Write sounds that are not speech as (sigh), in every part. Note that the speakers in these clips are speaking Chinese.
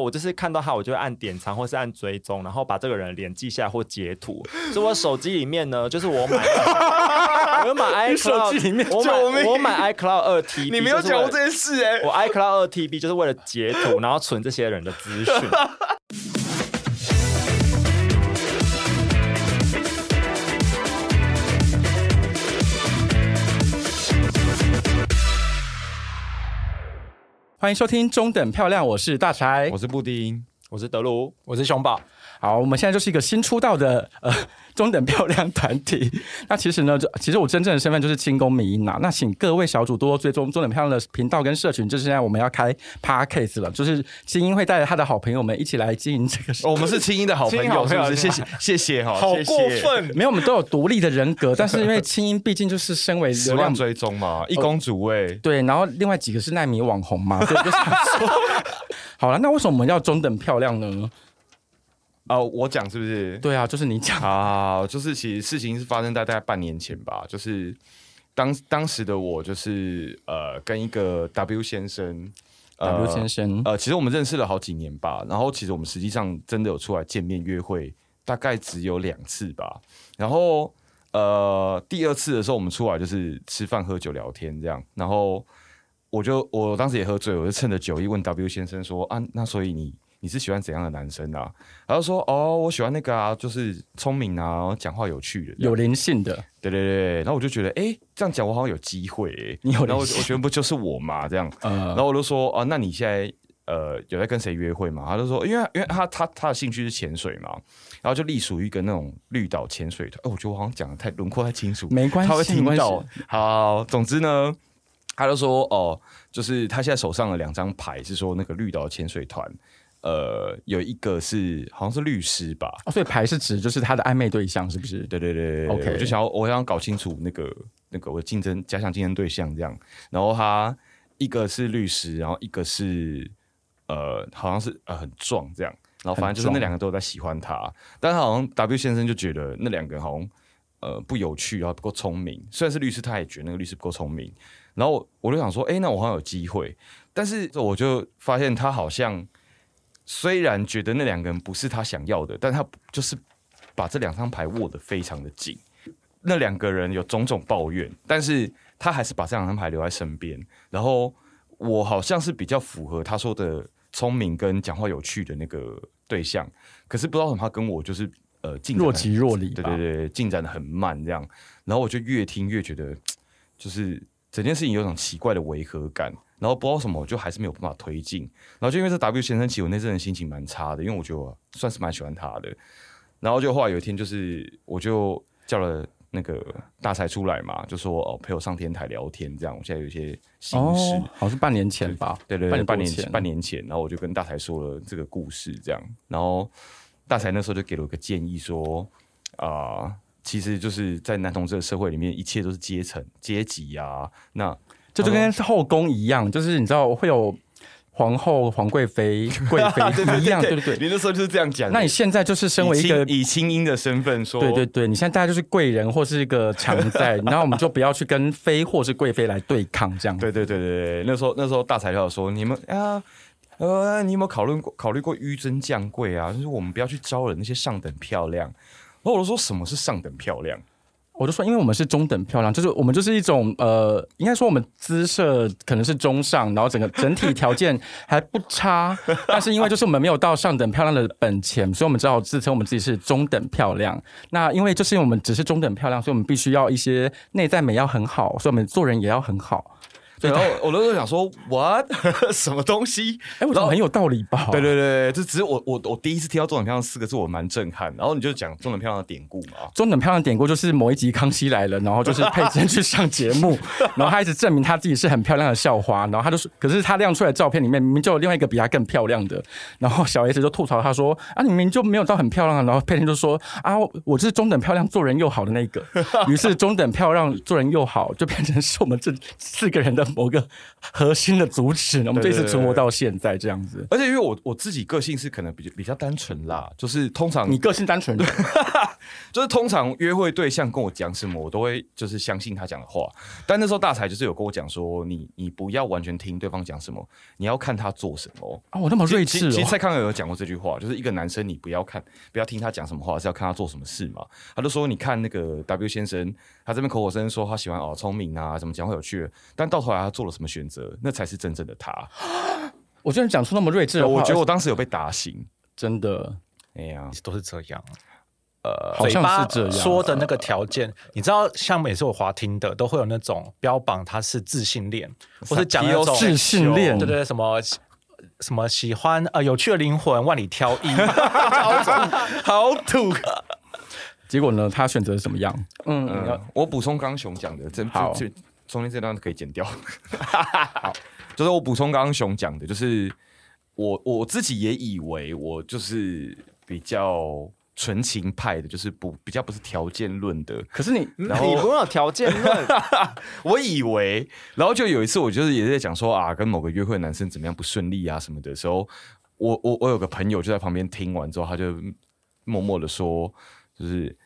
我就是看到他，我就会按典藏或是按追踪，然后把这个人的脸记下来或截图。所以我手机里面呢，就是我买，我有买你手 iCloud，机里面我救买命我买 iCloud 二 TB，你没有就是讲为了过这件事哎、我 iCloud 二 TB 就是为了截图，然后存这些人的资 (laughs) 讯。欢迎收听《中等漂亮》，我是大柴欸我。是布丁，我是德鲁，我是熊宝，好，我们现在就是一个新出道的呃 (laughs) 中等漂亮团体。那其实呢，这其实我真正的身份就是清宫迷音呐。啊那请各位小主多多追踪中等漂亮的频道跟社群，就是现在我们要开 podcast 了，就是精英会带着他的好朋友们一起来经营这个事。 (laughs) 哦我们是青音的好朋青音好友，朋是友不是？谢谢谢谢哈，好谢谢过分！没有，我们都有独立的人 (laughs) 格，但是因为清音毕竟就是身为十流万量追踪嘛，一公主位，对，然后另外几个是奈米网红嘛，所以我就想说， (laughs) 好了，那为什么我们要中等漂亮呢？哦，我讲是不是？对啊，就是你讲。啊，就是其实事情是发生在大概半年前吧，就是当当时的我就是呃跟一个 W 先生。 W 先生呃，其实我们认识了好几年吧，然后其实我们实际上真的有出来见面约会，大概只有两次吧。然后呃，第二次的时候我们出来就是吃饭、喝酒、聊天这样。然后我就我当时也喝醉，我就趁着酒意问 W 先生说啊，那所以你你是喜欢怎样的男生啊？然后说哦，我喜欢那个啊，就是聪明啊，然后讲话有趣的这样，有灵性的，对对对。然后我就觉得，哎，这样讲我好像有机会、欸，你有灵然后我性我觉得不就是我嘛这样。呃然，后我就说啊，那你现在呃有在跟谁约会吗？他就说，因为因为他他他的兴趣是潜水嘛，然后就隶属于一个那种绿岛潜水团。哎、我觉得我好像讲的太轮廓太清楚，没关系他会没听关系到。好，总之呢，他就说哦、就是他现在手上的两张牌是说那个绿岛潜水团，呃，有一个是好像是律师吧。哦所以牌是指就是他的暧昧对象是不是？对对对对 OK 我就想要我想要搞清楚那个那个我的竞争假想竞争对象这样，然后他一个是律师，然后一个是呃好像是呃很壮这样，然后反正就是很壮那两个都有在喜欢他，但是好像 W 先生就觉得那两个好像呃不有趣，然后不够聪明，虽然是律师，他也觉得那个律师不够聪明，然后我我就想说，哎、那我好像有机会，但是我就发现他好像。虽然觉得那两个人不是他想要的，但他就是把这两张牌握得非常的紧。那两个人有种种抱怨，但是他还是把这两张牌留在身边。然后我好像是比较符合他说的聪明跟讲话有趣的那个对象，可是不知道为什么他跟我就是呃进展若得即若离吧。对对对，进展的很慢这样。然后我就越听越觉得，就是整件事情有种奇怪的违和感。然后不知道为什么，我就还是没有办法推进。然后就因为这 W 先生，其实我那阵的心情蛮差的，因为我觉得我算是蛮喜欢他的。然后就后来有一天，就是我就叫了那个大才出来嘛，就说哦陪我上天台聊天这样。我现在有一些心事，哦，好像是半年前吧。对对对，半年半多年前半年前，然后我就跟大才说了这个故事，这样，然后大才那时候就给了我个建议说，啊、其实就是在男同志的社会里面，一切都是阶层、阶级啊。那这就跟后宫一样，就是你知道会有皇后、皇贵妃、贵妃一样，对对对。你那时候就是这样讲的。那你现在就是身为以一个清，以清音的身份说，对对对，你现在大家就是贵人或是一个常在，然后我们就不要去跟妃或是贵妃来对抗这样。对对对对对，那时候那时候大材料说，你们啊，呃，你有没有考虑过考虑过纡尊降贵啊？就是我们不要去招惹那些上等漂亮。然后我就说什么是上等漂亮？我就说，因为我们是中等漂亮，就是我们就是一种呃，应该说我们姿色可能是中上，然后整个整体条件还不差，但是因为就是我们没有到上等漂亮的本钱，所以我们只好自称我们自己是中等漂亮。那因为就是因为我们只是中等漂亮，所以我们必须要一些内在美要很好，所以我们做人也要很好。对，然后我那时候想说，what (laughs) 什么东西？哎，我觉得很有道理吧？对对对，这只是我我我第一次听到“中等漂亮”四个字，我蛮震撼。然后你就讲“中等漂亮”的典故嘛，中等漂亮典故就是某一集《康熙来了》，然后就是佩珍去上节目，然后她一直证明她自己是很漂亮的校花，然后她就说，可是她亮出来的照片里面明明就有另外一个比她更漂亮的，然后小 S 就吐槽她说啊，你明明就没有到很漂亮啊，然后佩珍就说啊，我我就是中等漂亮，做人又好的那一个，于是中等漂亮做人又好就变成是我们这四个人的某个核心的主旨，我们就一直存活到现在这样子。而且因为我我自己个性是可能比较比较单纯啦，就是通常你个性单纯，就是通常约会对象跟我讲什么，我都会就是相信他讲的话。但那时候大才就是有跟我讲说，你你不要完全听对方讲什么，你要看他做什么。啊，我那么睿其智实其实哦，蔡康永有讲过这句话，就是一个男生你不要看，不要听他讲什么话，是要看他做什么事嘛。他就说，你看那个 W 先生，他这边口口声声说他喜欢哦聪明啊，怎么讲会有趣，但到头来他做了什么选择，那才是真正的他。我居然讲出那么睿智的话，我觉得我当时有被打醒。真的哎呀，都是这样。呃好像是这嘴巴样。说的那个条件，你知道，像每次我滑听的，都会有那种标榜他是自信恋，或是讲那种啊自信恋对对对，什么什么喜欢呃有趣的灵魂，万里挑一， (laughs) 好土。结果呢，他选择怎么样？嗯，你要嗯，我补充刚刚熊讲的，这好这这中间这段可以剪 (laughs) 掉。就是我补充刚刚熊讲的，就是我我自己也以为我就是比较纯情派的，就是不比较不是条件论的，可是你然后你不用有条件论，我以为，然后就有一次，我就是也在讲说啊，跟某个约会的男生怎么样不顺利啊什么的时候，我我我有个朋友就在旁边听完之后，他就默默的说，就是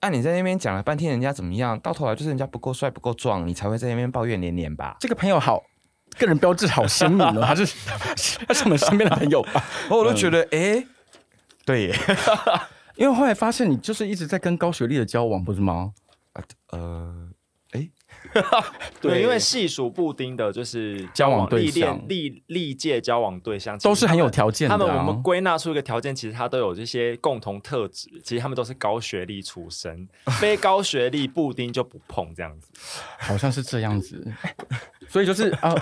啊，你在那边讲了半天人家怎么样，到头来就是人家不够帅不够壮，你才会在那边抱怨连连吧。这个朋友好，个人标志好鲜明哦，他是 (laughs) 他是我们身边的朋友吧？然后我都觉得，诶，对耶， (laughs) (laughs) 因为后来发现你就是一直在跟高学历的交往，不是吗？呃，对，因为细数布丁的，就是交往对历象练历历届交往对象都是很有条。条件的、他啊。们我们归纳出一个条件，其实他都有这些共同特质，其实他们都是高学历出身， (laughs) 非高学历布丁就不碰这样子。好像是这样子， (laughs) 所以就是啊。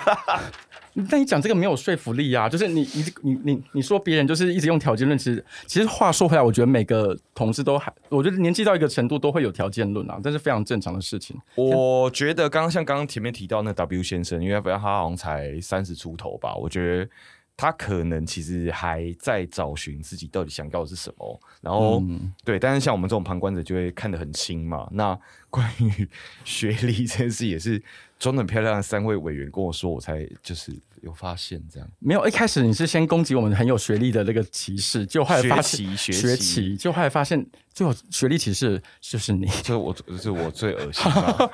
但你讲这个没有说服力啊，就是你你你你你说别人就是一直用条件论，其实其实话说回来，我觉得每个同志都还，我觉得年纪到一个程度都会有条件论啊，这是非常正常的事情。我觉得刚刚像刚刚前面提到那 W 先生，因为他好像才三十出头吧，我觉得他可能其实还在找寻自己到底想要的是什么。然后、对，但是像我们这种旁观者就会看得很清嘛。那关于学历这件事，也是装得很漂亮的三位委员跟我说，我才就是有发现这样。没有，一开始你是先攻击我们很有学历的那个歧视，就后来发现学学期，就后来发现最后学历歧视就是你 (laughs) 这我这我最恶心了。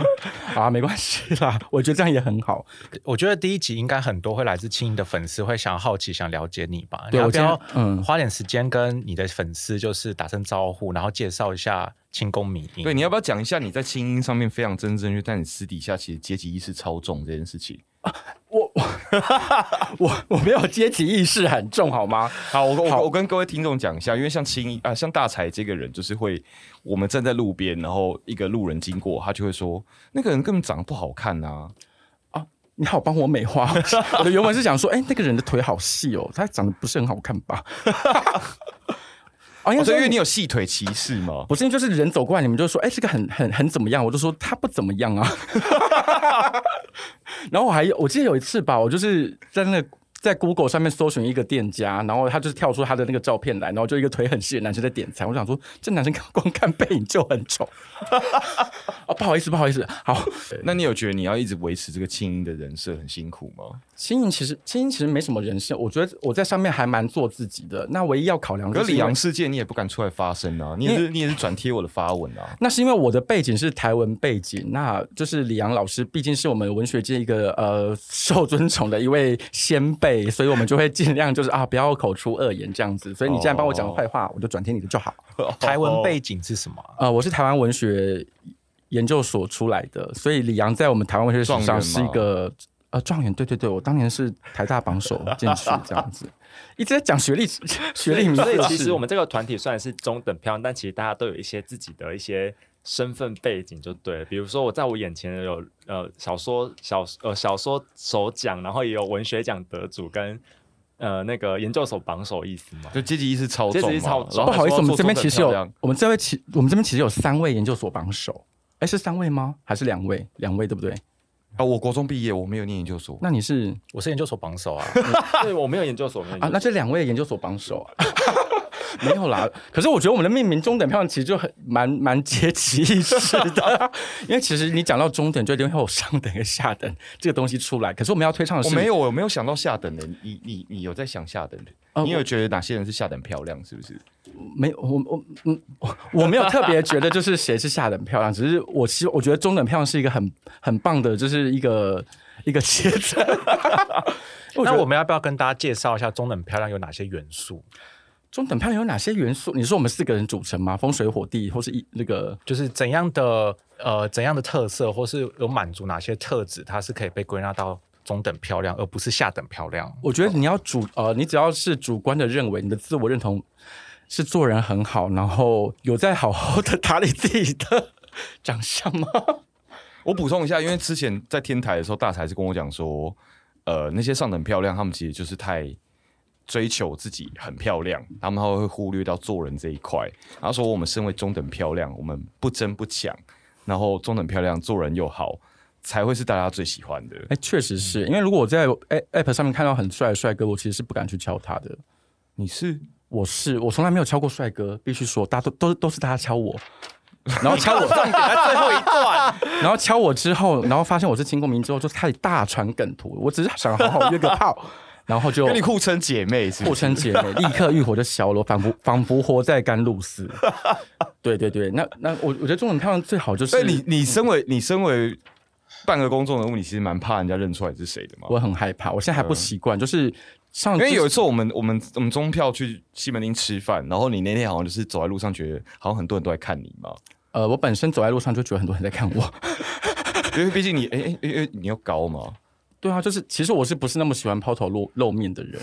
啊，没关系啦， (laughs) 我觉得这样也很好。我觉得第一集应该很多会来自青音的粉丝会想好奇、想了解你吧？对你要我不今天要嗯花点时间跟你的粉丝就是打声招呼，然后介绍一下清宫迷音？对，你要不要讲一下你在清音上面非常真正确，但你私底下其实阶级意识超重这件事情？我 (laughs) 我我没有阶级意识很重好吗？ (laughs) 好，我好我我跟各位听众讲一下，因为像青衣啊，像大才这个人，就是会我们站在路边，然后一个路人经过，他就会说那个人根本长得不好看啊呐、你好，帮我美化。 (laughs) 我的原文是想说，哎、那个人的腿好细哦，他长得不是很好看吧？ (laughs) 哦，因哦为所以因为你有有细腿歧视吗？不是，因为就是人走过来，你们就说，哎、这个很很很怎么样？我就说他不怎么样啊。 (laughs) 然后我还有，我记得有一次吧，我就是在那个。在 Google 上面搜寻一个店家，然后他就是跳出他的那个照片来，然后就一个腿很细的男生在点餐。我想说，这男生 (laughs) 光看背影就很丑。 (laughs) 哦，不好意思，不好意思。好，那你有觉得你要一直维持这个清音的人设很辛苦吗？轻盈其实轻盈其实没什么人性，我觉得我在上面还蛮做自己的。那唯一要考量可就是是李因为阳事件你也不敢出来发声啊，你也是你也是转贴我的发文啊。那是因为我的背景是台文背景，那就是李阳老师毕竟是我们文学界一个呃受尊崇的一位先辈，所以我们就会尽量就是啊不要口出恶言这样子。所以你既然帮我讲坏话，我就转贴你的就好。台哦文背景是什么哦啊？呃，我是台湾文学研究所出来的，所以李阳在我们台湾文学史上是一哦个呃状元。对对对，我当年是台大榜首进去这 (laughs) 样子，一直在讲学历 (laughs) 学历名啊所以字。其实我们这个团体虽然是中等漂亮，但其实大家都有一些自己的一些身份背景，就对了。比如说我在我眼前的有呃小说小呃小说首奖，然后也有文学奖得主跟呃那个研究所榜首意思 (laughs) 嘛。就阶级意识超重嘛，阶级意识超重然不后好意思，我们这边哦其实还说要做中等漂亮有，我们这边其我们这边其实有三位研究所榜首，哎，是三位吗？还是两位？两位对不对？啊，我国中毕业，我没有念研究所，那你是我是研究所榜首啊，对，我没有研究所，没有研究啊， (laughs) 所那这两位研究所榜首啊，没有啦。可是我觉得我们的命名中等漂亮其实就很蛮蛮阶级意识 (laughs) 的，因为其实你讲到中等，就一定会有上等跟下等这个东西出来。可是我们要推倡的我是没有，我没有想到下等的。你你你有在想下等的？呃你我有觉得哪些人是下等漂亮？是不是？没有，我我嗯，我 (laughs) 我没有特别觉得就是谁是下等漂亮，只是我其实我觉得中等漂亮是一个很很棒的，就是一个 (laughs) 一个阶层。 (laughs) 我觉那得我们要不要跟大家介绍一下中等漂亮有哪些元素？中等漂亮有哪些元素？你说我们四个人组成吗？风水火地或是一那个就是怎样的呃怎样的特色，或是有满足哪些特质，它是可以被归纳到中等漂亮，而不是下等漂 (laughs) 亮。我觉得你要主呃，你只要是主观的认为你的自我认同是做人很好，然后有在好好的打理自己的 (laughs) 长相吗？我补充一下，因为之前在天台的时候，大才是跟我讲说，呃，那些上等漂亮，他们其实就是太追求自己很漂亮，他们会忽略到做人这一块。然后说我们身为中等漂亮，我们不争不抢，然后中等漂亮做人又好，才会是大家最喜欢的。哎，确实是嗯因为如果我在 A- App 上面看到很帅的帅哥，我其实是不敢去敲他的。你是我是我从来没有敲过帅哥，必须说，大家都都都是大家 (laughs) 敲我，然后敲我最后一段， (laughs) 然后敲我之后，然后发现我是清宫名之后，就开始大传梗图。我只是想好好约个炮，然后就跟你互称姐妹是不破是？称姐妹，立刻欲火就消了，仿佛仿佛活在甘 (laughs) 露寺。对对对，那那我我觉得中文漂亮最好就是所以你你身为你身为半个公众人物，你其实蛮怕人家认出来你是谁的嘛。我很害怕，我现在还不习惯，就是上因为有一次我们我们我们中票去西门町吃饭，然后你那天好像就是走在路上，觉得好像很多人都在看你嘛，呃，我本身走在路上就觉得很多人在看我。 (laughs) 因为毕竟你哎哎因为你又高嘛，对啊，就是其实我是不是那么喜欢抛头露露面的人？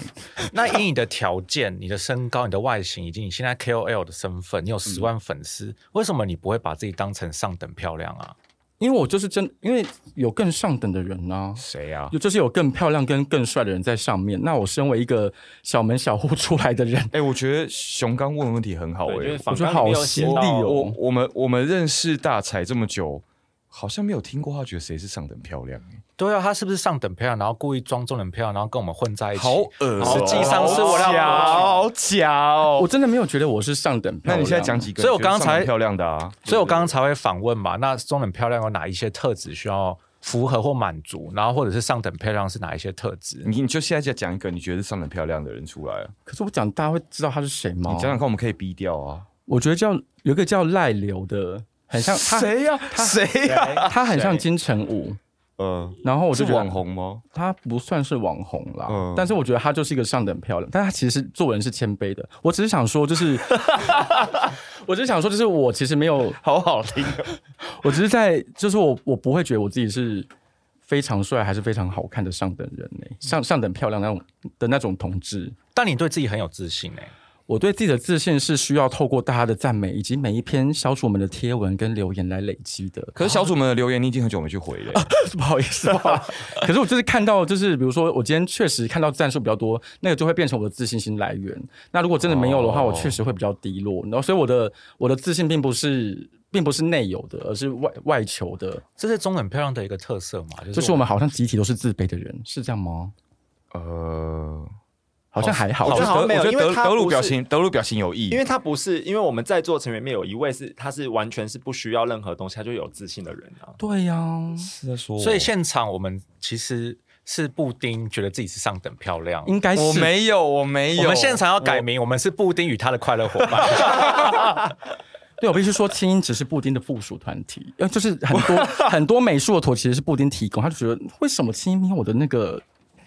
那以你的条件、你的身高、你的外形，以及你现在 KOL 的身份，你有十万粉丝，为什么你不会把自己当成上等漂亮啊？因为我就是真，因为有更上等的人啊，谁啊？有就是有更漂亮跟更帅的人在上面。那我身为一个小门小户出来的人，哎、我觉得熊刚问的问题很好对，哎、就是我访觉得纲里面好有写犀利到哦我我们我们认识大才这么久，好像没有听过他觉得谁是上等漂亮、哎对啊，他是不是上等漂亮，然后故意装中等漂亮，然后跟我们混在一起？好恶哦、哎实际上是我好要假哦好假哦、我真的没有觉得我是上等漂那亮。你现在讲几个？所以我刚才漂亮的啊，所以我刚刚才会反问嘛，那中等漂亮有哪一些特质需要符合或满足，然后或者是上等漂亮是哪一些特质？你你就现在讲一个你觉得上等漂亮的人出来啊，可是我讲大家会知道他是谁哦吗？你讲讲看，我们可以逼掉啊。我觉得叫有一个叫赖流的，很像他，呀？谁啊呀？他很像金城武。呃嗯，然后我是就觉网得红吗？他不算是网红啦，嗯但是我觉得他就是一个上等漂亮，但他其实做人是谦卑的。我只是想说，就是 (laughs) 我只是想说，就是我其实没有，好好听， (laughs) 我只是在，就是我我不会觉得我自己是非常帅还是非常好看的上等人嗯呢、上上等漂亮那种的那种同志。但你对自己很有自信哎、我对自己的自信是需要透过大家的赞美以及每一篇小主们的贴文跟留言来累积的。可是小主们的留言你已经很久没去回了啊欸、不好意思，不好意思。 (laughs) 可是我就是看到，就是比如说，我今天确实看到赞数比较多，那个就会变成我的自信心来源。那如果真的没有的话，哦我确实会比较低落。然后，所以我嗯的我的自信并不是并不是内有的，而是外外求的。这是中等漂亮的一个特色嘛？就是我们好像集体都是自卑的人，是这样吗？呃，好像还好。我觉得好像没有我觉因为得德他德鲁不是表情，德鲁表情有意，因为他不是，因为我们在座成员里面有一位是，他是完全是不需要任何东西，他就有自信的人啊。对呀、是在说所以现场我们其实是布丁觉得自己是上等漂亮，应该是我没有，我没有，我们现场要改名，我们是布丁与他的快乐伙伴。对，我必须说，清音只是布丁的附属团体，呃，就是很 (laughs) 多很多美术的图其实是布丁提供，他就觉得为什么清音没有我的那个。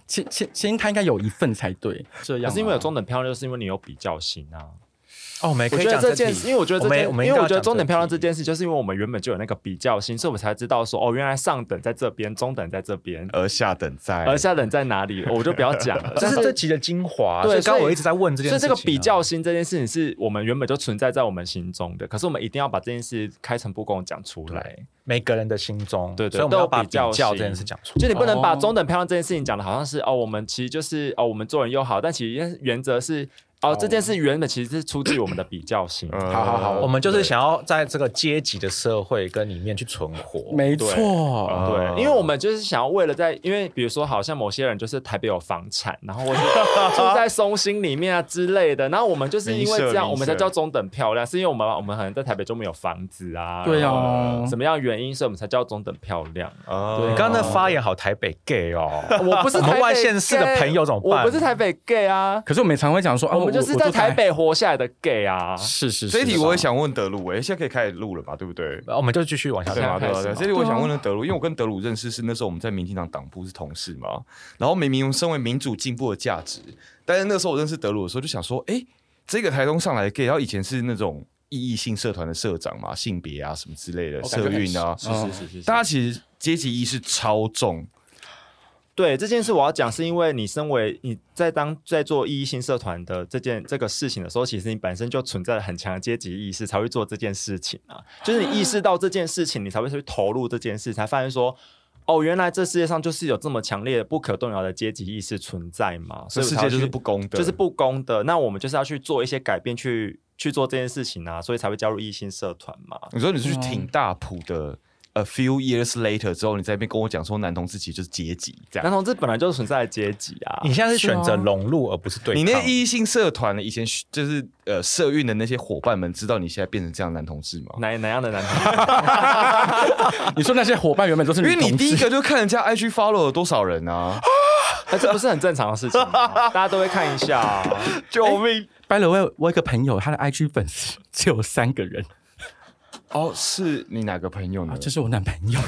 清清清音他应该有一份才对，这样可吗。是因为有中等漂亮，就是因为你有比较心啊。哦，我们我也可以觉得讲这题件事，因为我觉得这件，我们因为我觉得讲中等漂亮题这件事，就是因为我们原本就有那个比较心，所以我们才知道说，哦，原来上等在这边，中等在这边，而下等在，而下等在哪里，我就不要讲了。哎 (laughs) 这但是这集的精华。对所以刚所刚以我一直在问这件所以事这情啊、个比较心这件事情是我们原本就存在在我们心中的，可是我们一定要把这件事开诚布公地讲出来。每个人的心中，对对所以我们都要有把比较较这心件事讲出来。就你不能把哦中等漂亮这件事情讲的好像是哦，我们其实就是哦，我们做人又好，但其实原则是哦，嗯这件事原本其实是出自于我们的比较心，呃好好好我们就是想要在这个阶级的社会跟里面去存活。没错，对，因为我们就是想要为了在，因为比如说，好像某些人就是台北有房产，然后 (laughs) 我是住在松兴里面啊之类的，然后我们就是因为这明样，社我们才叫中等漂亮，是因为我们我们可能在台北就没有房子啊，对啊然后什么样的原因，所以我们才叫中等漂亮。啊你刚刚那发言好台北 gay 哦， (laughs) (laughs) 我不是我们台北外县市的 gay，朋友怎么办我不是台北 gay 啊，可是我们也常会讲说啊，我们就是我在住台，北活下来的 gay 啊。是是是，这一题是我也想问德鲁，哎，现在可以开始录了吧？对不对？我们就继续往下对讲吧？。对吧？开啊对始吧吗这里我想问的德鲁，因为我跟德鲁认识是那时候我们在民进党党部是同事嘛，然后明明我们身为民主进步的价值，但是那时候我认识德鲁的时候就想说，哎，这个台东上来的 gay，然后以前是那种异议性社团的社长嘛，性别啊什么之类的，我感觉社很运啊，是是是是哦是大家其实阶级意识超重，对这件事，我要讲，是因为你身为你在当在做异议性社团的这件这个事情的时候，其实你本身就存在很强的阶级意识，才会做这件事情 (laughs) 啊。就是你意识到这件事情，你才会去投入这件事，才发现说，哦，原来这世界上就是有这么强烈的不可动摇的阶级意识存在嘛。所这以我世才界要就是去不公的，就是不公的。那我们就是要去做一些改变，去去做这件事情啊，所以才会加入异性社团 (laughs) 嘛。你说你是去挺大埔的，a few years later 之后，你在那边跟我讲说男同志其实就是阶级这男样。同志本来就是存在的阶级 (laughs) 啊。你现在是选择融入而不是对你抗。那异性社团的以前就是呃社运的那些伙伴们，知道你现在变成这样的男同志吗？哪哪样的男同志？你说那些伙伴原本都是因女为你同第一志，个就看人家 IG follow 了多少人啊！哎，这不是很正常的事情吗？大家都会看一下、啊。救命！ by the way，我有一个朋友，他的 IG 粉丝只有三个人，哦，是你哪个朋友呢？啊这是我男朋友。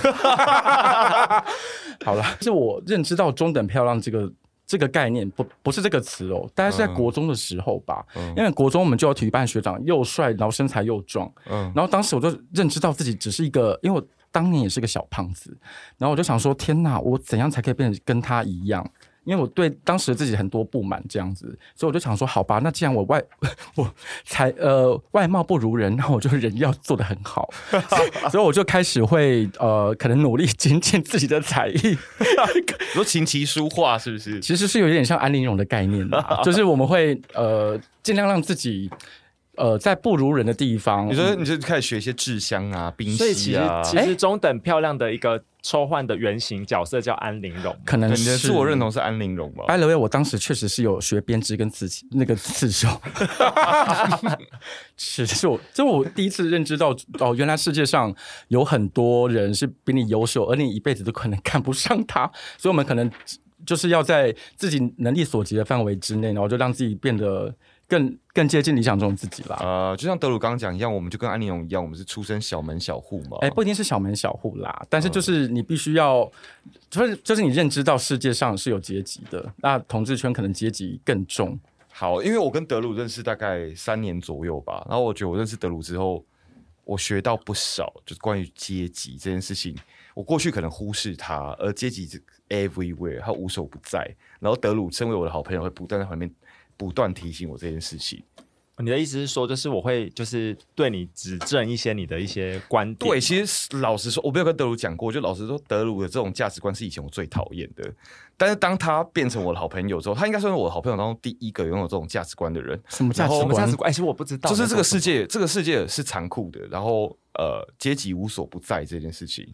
好了，是我认知到中等漂亮这个这个概念，不不是这个词哦，大概是在国中的时候吧。因为国中我们就有体育班学长，又帅，然后身材又壮，嗯然后当时我就认知到自己只是一个，因为我当年也是个小胖子，然后我就想说，天哪，我怎样才可以变得跟他一样？因为我对当时的自己很多不满，这样子，所以我就想说，好吧，那既然我外 (laughs) 我才呃外貌不如人，那我就人要做的很好，所以 (laughs) 所以我就开始会呃，可能努力精进自己的才艺， (laughs) 你说琴棋书画是不是？其实是有点像安陵容的概念 (laughs) 啦，就是我们会呃尽量让自己呃在不如人的地方，你说你就开始学一些制香啊、冰所以其嬉实啊，其实中等漂亮的一个抽换的原型角色叫安陵容。可能对是你的自我认同是安陵容吧？ By the way，我当时确实是有学编织跟刺绣那个刺绣， (laughs) 是这是我这我第一次认知到哦，原来世界上有很多人是比你优秀，而你一辈子都可能看不上他，所以我们可能就是要在自己能力所及的范围之内，然后就让自己变得更更接近理想中的自己啦。呃，就像德鲁刚刚讲一样，我们就跟安陵容一样，我们是出身小门小户嘛。哎、不一定是小门小户啦，但是就是你必须要，就是就是你认知到世界上是有阶级的，那统治圈可能阶级更重。好，因为我跟德鲁认识大概三年左右吧，然后我觉得我认识德鲁之后，我学到不少，就是关于阶级这件事情。我过去可能忽视它，而阶级这 everywhere，它无所不在。然后德鲁身为我的好朋友，会不断在旁边不断提醒我这件事情。你的意思是说，就是我会就是对你指正一些你的一些观点。对，其实老实说，我没有跟德鲁讲过，就老实说，德鲁的这种价值观是以前我最讨厌的。但是当他变成我的好朋友之后，他应该算是我的好朋友当中第一个拥有这种价值观的人。什么价然后值什么价观值？观？哎，其实我不知道。就是这个是世界，这个世界是残酷的，然后呃，阶级无所不在这件事情，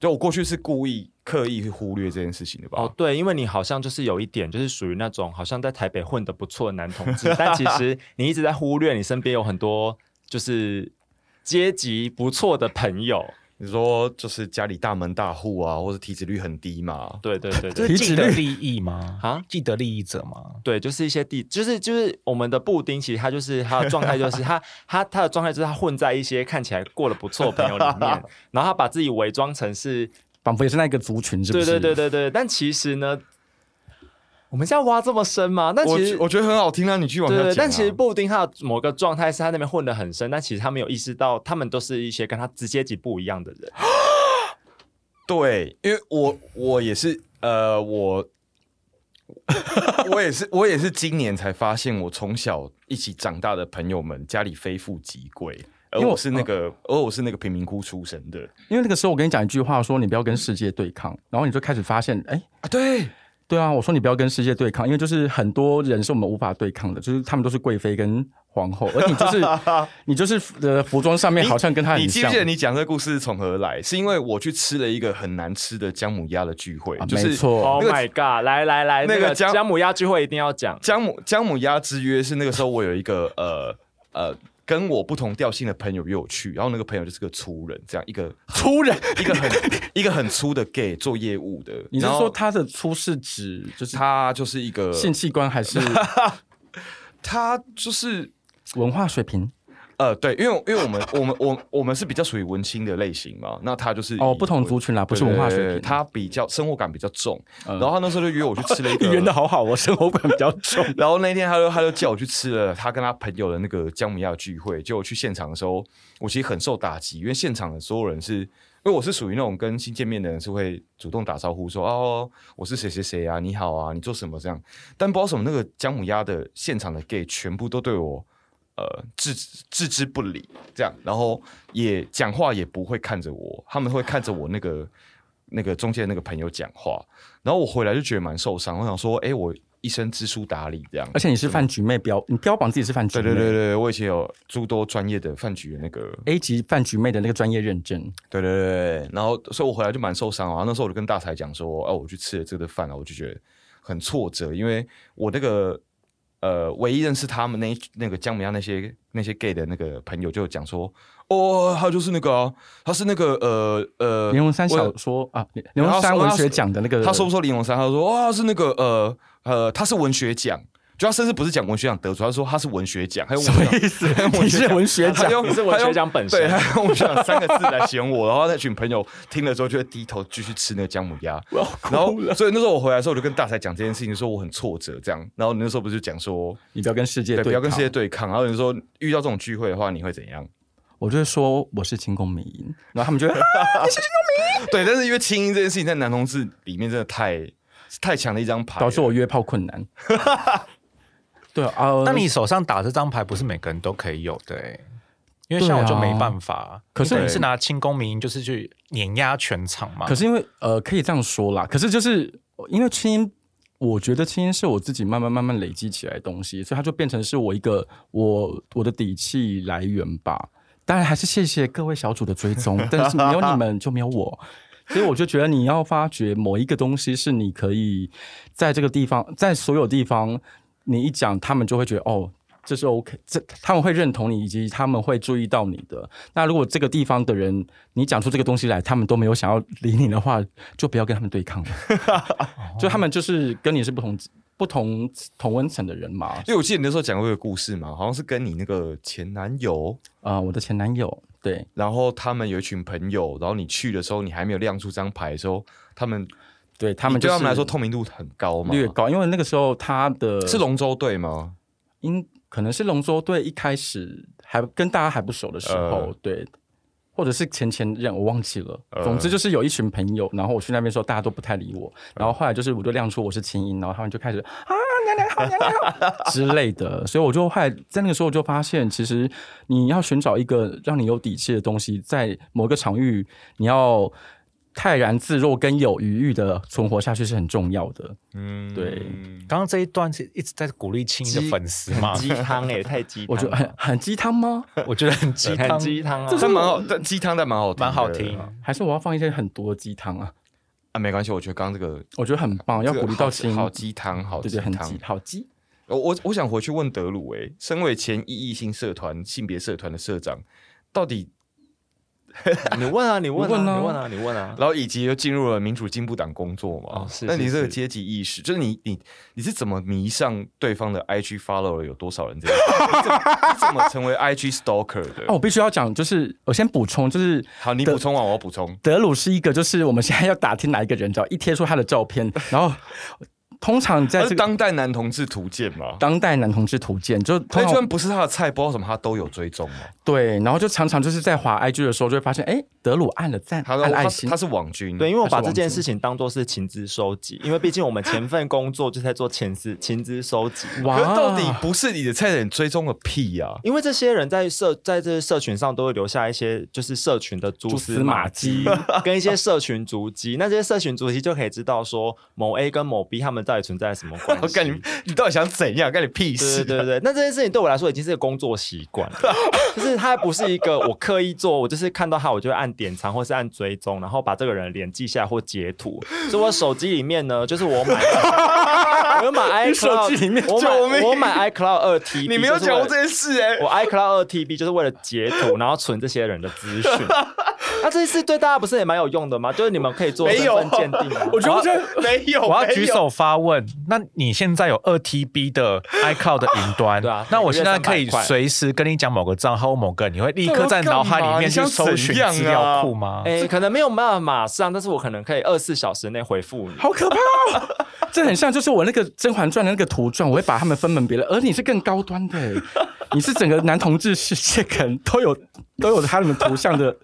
就我过去是故意刻意去忽略这件事情的吧？哦，对，因为你好像就是有一点，就是属于那种好像在台北混得不错的男同志，但其实你一直在忽略你身边有很多就是阶级不错的朋友。你说就是家里大门大户啊，或者体脂率很低嘛？对对对这对是体既脂得率利益吗？啊，既得利益者吗？对，就是一些地，就是就是我们的布丁，其实他就是他的状态，就是他他他的状态就是他混在一些看起来过得不错的朋友里 (laughs) 面，然后他把自己伪装成是，仿佛也是那个族群，是不对是？对对对对，但其实呢，我们是要挖这么深吗？但我其实我觉得很好听啊，你继续往下对讲、啊对，但其实布丁他的某个状态是他那边混得很深，但其实他没有意识到，他们都是一些跟他直接级不一样的人。对，因为我我也是呃，我 (laughs) 我也是我也是今年才发现，我从小一起长大的朋友们家里非富即贵，而因为我我是那嗯个、而我是那个贫民窟出身的因为那个时候我跟你讲一句话，说你不要跟世界对抗，然后你就开始发现，哎，啊，对。对啊，我说你不要跟世界对抗，因为就是很多人是我们无法对抗的，就是他们都是贵妃跟皇后，而你就是 (laughs) 你就是呃服装上面好像跟他你很记不像记。得你讲这个故事是从何而来？是因为我去吃了一个很难吃的姜母鸭的聚会，啊就没是错， Oh my god！来来来，哦那那个个姜姜母鸭聚会一定要讲。姜母姜母鸭之约是那个时候我有一个呃呃跟我不同调性的朋友约我去，然后那个朋友就是个粗人，这样一个粗人，一个很一个很粗的 gay 做业务的。你是然后说他的粗是指就是他就是一个性器 (laughs) 官还是他就是文化水平？呃，对，因为因为我们我们我我们是比较属于文青的类型嘛，那他就是哦，以不同文族群啦，不是文化水对对对平。他比较生活感比较重，嗯然后他那时候就约我去吃了一 (laughs) 个，圆的好好哦，生活感比较重。 (laughs) 然后那天他就他就叫我去吃了他跟他朋友的那个姜母鸭聚会，结果去现场的时候，我其实很受打击，因为现场的所有人是。因为我是属于那种跟新见面的人是会主动打招呼说哦我是谁谁谁啊你好啊你做什么这样，但不知道为什么那个姜母鸭的现场的 gay 全部都对我呃置置之不理这样，然后也讲话也不会看着我，他们会看着我那个那个中间那个朋友讲话，然后我回来就觉得蛮受伤，我想说哎、我一生知书达理这样， (laughs) 而且你是饭局妹标，你标榜自己是饭局对妹，对对对，我以前有诸多专业的饭局的那个， A 级饭局妹的那个专业认证，对对对对，对然后所以我回来就蛮受伤啊。然后那时候我就跟大才讲说，哦，我去吃了这个饭了，我就觉得很挫折，因为我那个呃，唯一认识他们那一那个姜母鸭那些那些 gay 的那个朋友就讲说，哦，他就是那个啊、他是那个呃呃，林荣三我小说啊，林林荣三文学奖的那个，他说不说林鸿山？他说哇，他是那个呃呃，他是文学奖，就他甚至不是讲文学奖得主，他说他是文学奖，还有什么意思？ (laughs) 你是文学他 (laughs) 奖，用你是文他用学奖本对，身，他用“讲三个字来形容我，然后那群朋友听了之后就会低头继续吃那个姜母鸭。我要然后哭了。，所以那时候我回来的时候，我就跟大才讲这件事情，说我很挫折这样。然后你那时候不是讲说，你不要跟世界对，对，不要跟世界。对抗。然后你说遇到这种聚会的话，你会怎样？我就会说我是清宫美音，然后他们就会 (laughs) 啊对，但是因为轻音这件事情在男同志里面真的太太强的一张牌了，导致我约炮 (laughs) 困难。对啊，呃但你手上打这张牌不是每个人都可以有的、欸，因为像我就没办法啊。可是你是拿轻功名就是去碾压全场嘛。可是因为呃，可以这样说啦。可是就是因为清音，我觉得清音是我自己慢慢慢慢累积起来的东西，所以它就变成是我一个我我的底气来源吧。当然还是谢谢各位小组的追踪，但是没有你们就没有我。所以我就觉得你要发掘某一个东西是你可以在这个地方，在所有地方，你一讲他们就会觉得哦，这是 OK，这他们会认同你，以及他们会注意到你的。那如果这个地方的人你讲出这个东西来，他们都没有想要理你的话，就不要跟他们对抗了。 (laughs) 就他们就是跟你是不同不同同温层的人嘛。因为我记得你那时候讲过一个故事嘛，好像是跟你那个前男友，啊、我的前男友，对然后他们有一群朋友，然后你去的时候你还没有亮出张牌的时候，他们对，他们、你就对他是、们来说透明度很高嘛，略高，因为那个时候他的是龙舟队吗？因可能是龙舟队一开始还跟大家还不熟的时候，呃对，或者是前前任我忘记了。呃总之就是有一群朋友，然后我去那边的时候，大家都不太理我，呃然后后来就是我就亮出我是清音，然后他们就开始啊娘娘好娘娘好之类 (laughs) 的，所以我就后来在那个时候我就发现，其实你要寻找一个让你有底气的东西，在某个场域你要。泰然自若跟有余裕的存活下去是很重要的。嗯，对刚刚这一段是一直在鼓励青衣的粉丝嘛，鸡汤哎，太鸡汤我了，觉得很很鸡汤吗？我觉得很鸡对汤很，鸡汤啊。但蛮好，但鸡汤但蛮好，蛮好听。还是我要放一些很多鸡汤啊？啊，没关系，我觉得刚刚这个我觉得很棒，哦要这个鼓励到好亲，好鸡汤，好对鸡对，很汤鸡，。好鸡。我我我想回去问德鲁，诶，身为前异异性社团性别社团的社长，到底，你问啊，你问你问啊，啊你问啊，你问啊。然后以及又进入了民主进步党工作嘛？哦是那你是这个是阶级意识，就是你你你是怎么迷上对方的 IG follower 有多少人这样？ (laughs) 你怎么你怎么成为 IG stalker 的？哦，我必须要讲，就是我先补充，就是好，你补充完，我要补充。 (laughs) 德鲁是一个，就是我们现在要打听哪一个人，只要一贴出他的照片，然后通常你在他这是个当代男同志图鉴嘛？当代男同志图鉴，就所通以就算常不是他的菜，不知道什么他都有追踪嘛。对，然后就常常就是在滑 IG 的时候，就会发现，哎，德鲁按了赞，他按说了他爱心他，是网军，对，因为我他是把这王件子事情当做是情资收集，因为毕竟我们前份工作就在做前资情资收集。可哇是到底不是你的菜的人追踪个屁呀、因为这些人在社在这些社群上都会留下一些就是社群的蛛蛛丝丝马马迹，迹，跟一些社群足迹。那这些社群足迹就可以知道说某 A 跟某 B 他们到底存在什么关 (laughs) 我系。干你，你到底想怎样？干你 (laughs) 屁事、对对对对，那这件事情对我来说已经是个工作习惯 (laughs) 了，就是它不是一个我刻意做，我就是看到它我就会按典藏或是按追踪，然后把这个人的脸记下来或截图。 (laughs) 所以我手机里面呢，就是我买， (laughs) 我有买 iCloud，你手机里面我救买命我买 iCloud 二 T， (laughs) 你没有讲过这件事哎、我 iCloud 二 TB 就是为了截图，然后存这些人的资 (laughs) 讯。那、这一次对大家不是也蛮有用的吗？就是你们可以做没身有份鉴定、啊。我觉得这没有， (laughs) 我要没有举。手发问，那你现在有二 TB 的 iCloud 的云端，对啊那我现在可每以个月300块随时跟你讲某个账号或某个，你会立刻在脑海里面去搜寻这要干嘛资料库吗？哎、可能没有办法马上，但是我可能可以二十四小时内回复你。好可怕、 (laughs) 哦！这很像就是我那个《甄嬛传》的那个图传，我会把它们分门别类，而你是更高端的 (laughs) 欸，你是整个男同志世界可能都有都有他们图像的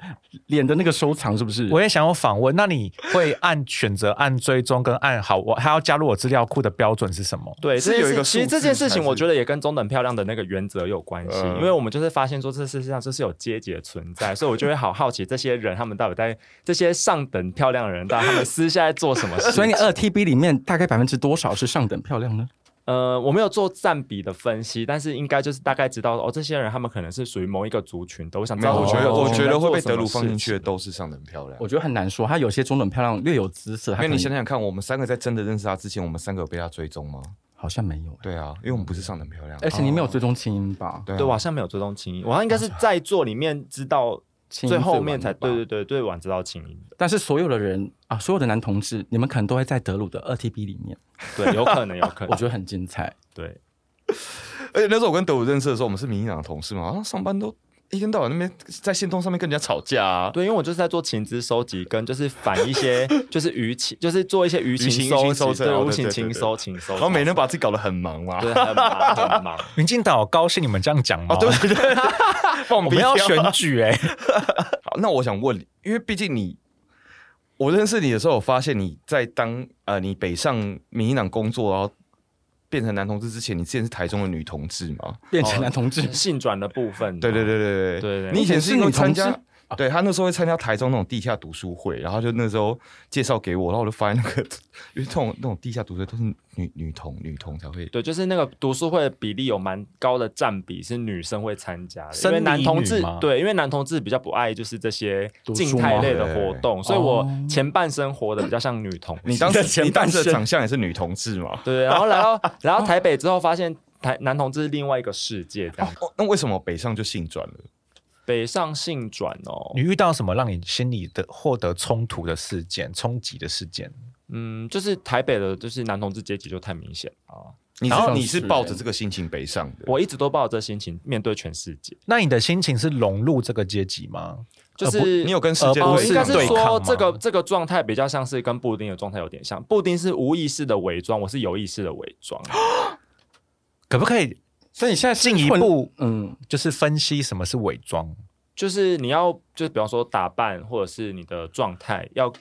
脸的那个收藏，是不是？我也想要访问，那你会按选择、按追踪跟按好，我还要加入我资料库的标准是什么？对，是这件有一事个其实数这件字事情，还是我觉得也跟中等漂亮的那个原则有关系，嗯因为我们就是发现说这世界上就是有阶级的存在，所以我就会好 (laughs) 好奇这些人他们到底在这些上等漂亮的人，到底他们私下在做什么事。所以你二 TB 里面大概百分之多少是上等漂亮呢？呃，我没有做占比的分析，但是应该就是大概知道哦，这些人他们可能是属于某一个族群的。我想知没道有，这我个族觉群在得，做什么事情，我觉得会被德鲁放进去的都是上等漂亮我。觉得很难说，它有些中等漂亮略有姿色，它因为可你能想想看，我们三个在真的认识他之前，我们三个有被他追踪吗？好像没有哦欸、对啊，因为我们不是上等漂亮。而且你没有追踪清音吧？对啊嗯对，我好像没有追踪清音，我好像应该是在做里面知道清音最后面才晚的吧对对对最晚知道清音的，但是所有的人啊，所有的男同志，你们可能都会在德鲁的二 TB 里面，对，有可能有 (laughs) 可我能，觉得很精彩。对。而且那时候我跟德鲁认识的时候，我们是民进党的同事嘛，然后上班都一天到晚那边在线通上面跟人家吵架啊。对，因为我就是在做情资收集，跟就是反一 (laughs) 些就是舆情，就是做一些舆情情舆收情收集，集对，哦无对情对情对对收情收集，然后每天把自己搞得很忙嘛。对很忙很忙。民进党有高兴你们这样讲吗？对对对， (laughs) 放我们要选举哎、好，那我想问你，因为毕竟你，我认识你的时候，我发现你在当呃，你北上民进党工作，然后变成男同志之前，你之前是台中的女同志嘛？变成男同志，性转的部分，对对对对对对你以前是因为参你以前是女加。对他那时候会参加台中那种地下读书会，然后就那时候介绍给我，然后我就发现那个， (laughs) 因为这种那种地下读书会都是女女同女同才会，对，就是那个读书会的比例有蛮高的占比是女生会参加的，因生为男理同女志吗对，因为男同志比较不爱就是这些读静书态吗类的活对动，所以我哦前半生活的比较像女同志。你当你的时前你当半时的生长相也是女同志嘛？对，然后来 (laughs) 到来到台北之后，发现台男同志是另外一个世界，这样、哦那为什么北上就性转了？北上性转哦你，遇到什么让你心里的获得冲突的事件、冲击的事件？嗯，就是台北的就是男同志阶级就太明显了啊，你然是后你是欸抱着这个心情北上的，我一直都抱着这心情面对全世界，那你的心情是融入这个阶级吗？就呃是、不你有跟世界呃哦，不对应抗该吗是对抗说吗这个这个状态比较像是跟布丁的状态有点像，布丁是无意识的伪装，我是有意识的伪 (gasps) 装。可不可以所以你现在是进一混步嗯，就是分析什么是伪装？就是你要，就是比方说打扮或者是你的状态，要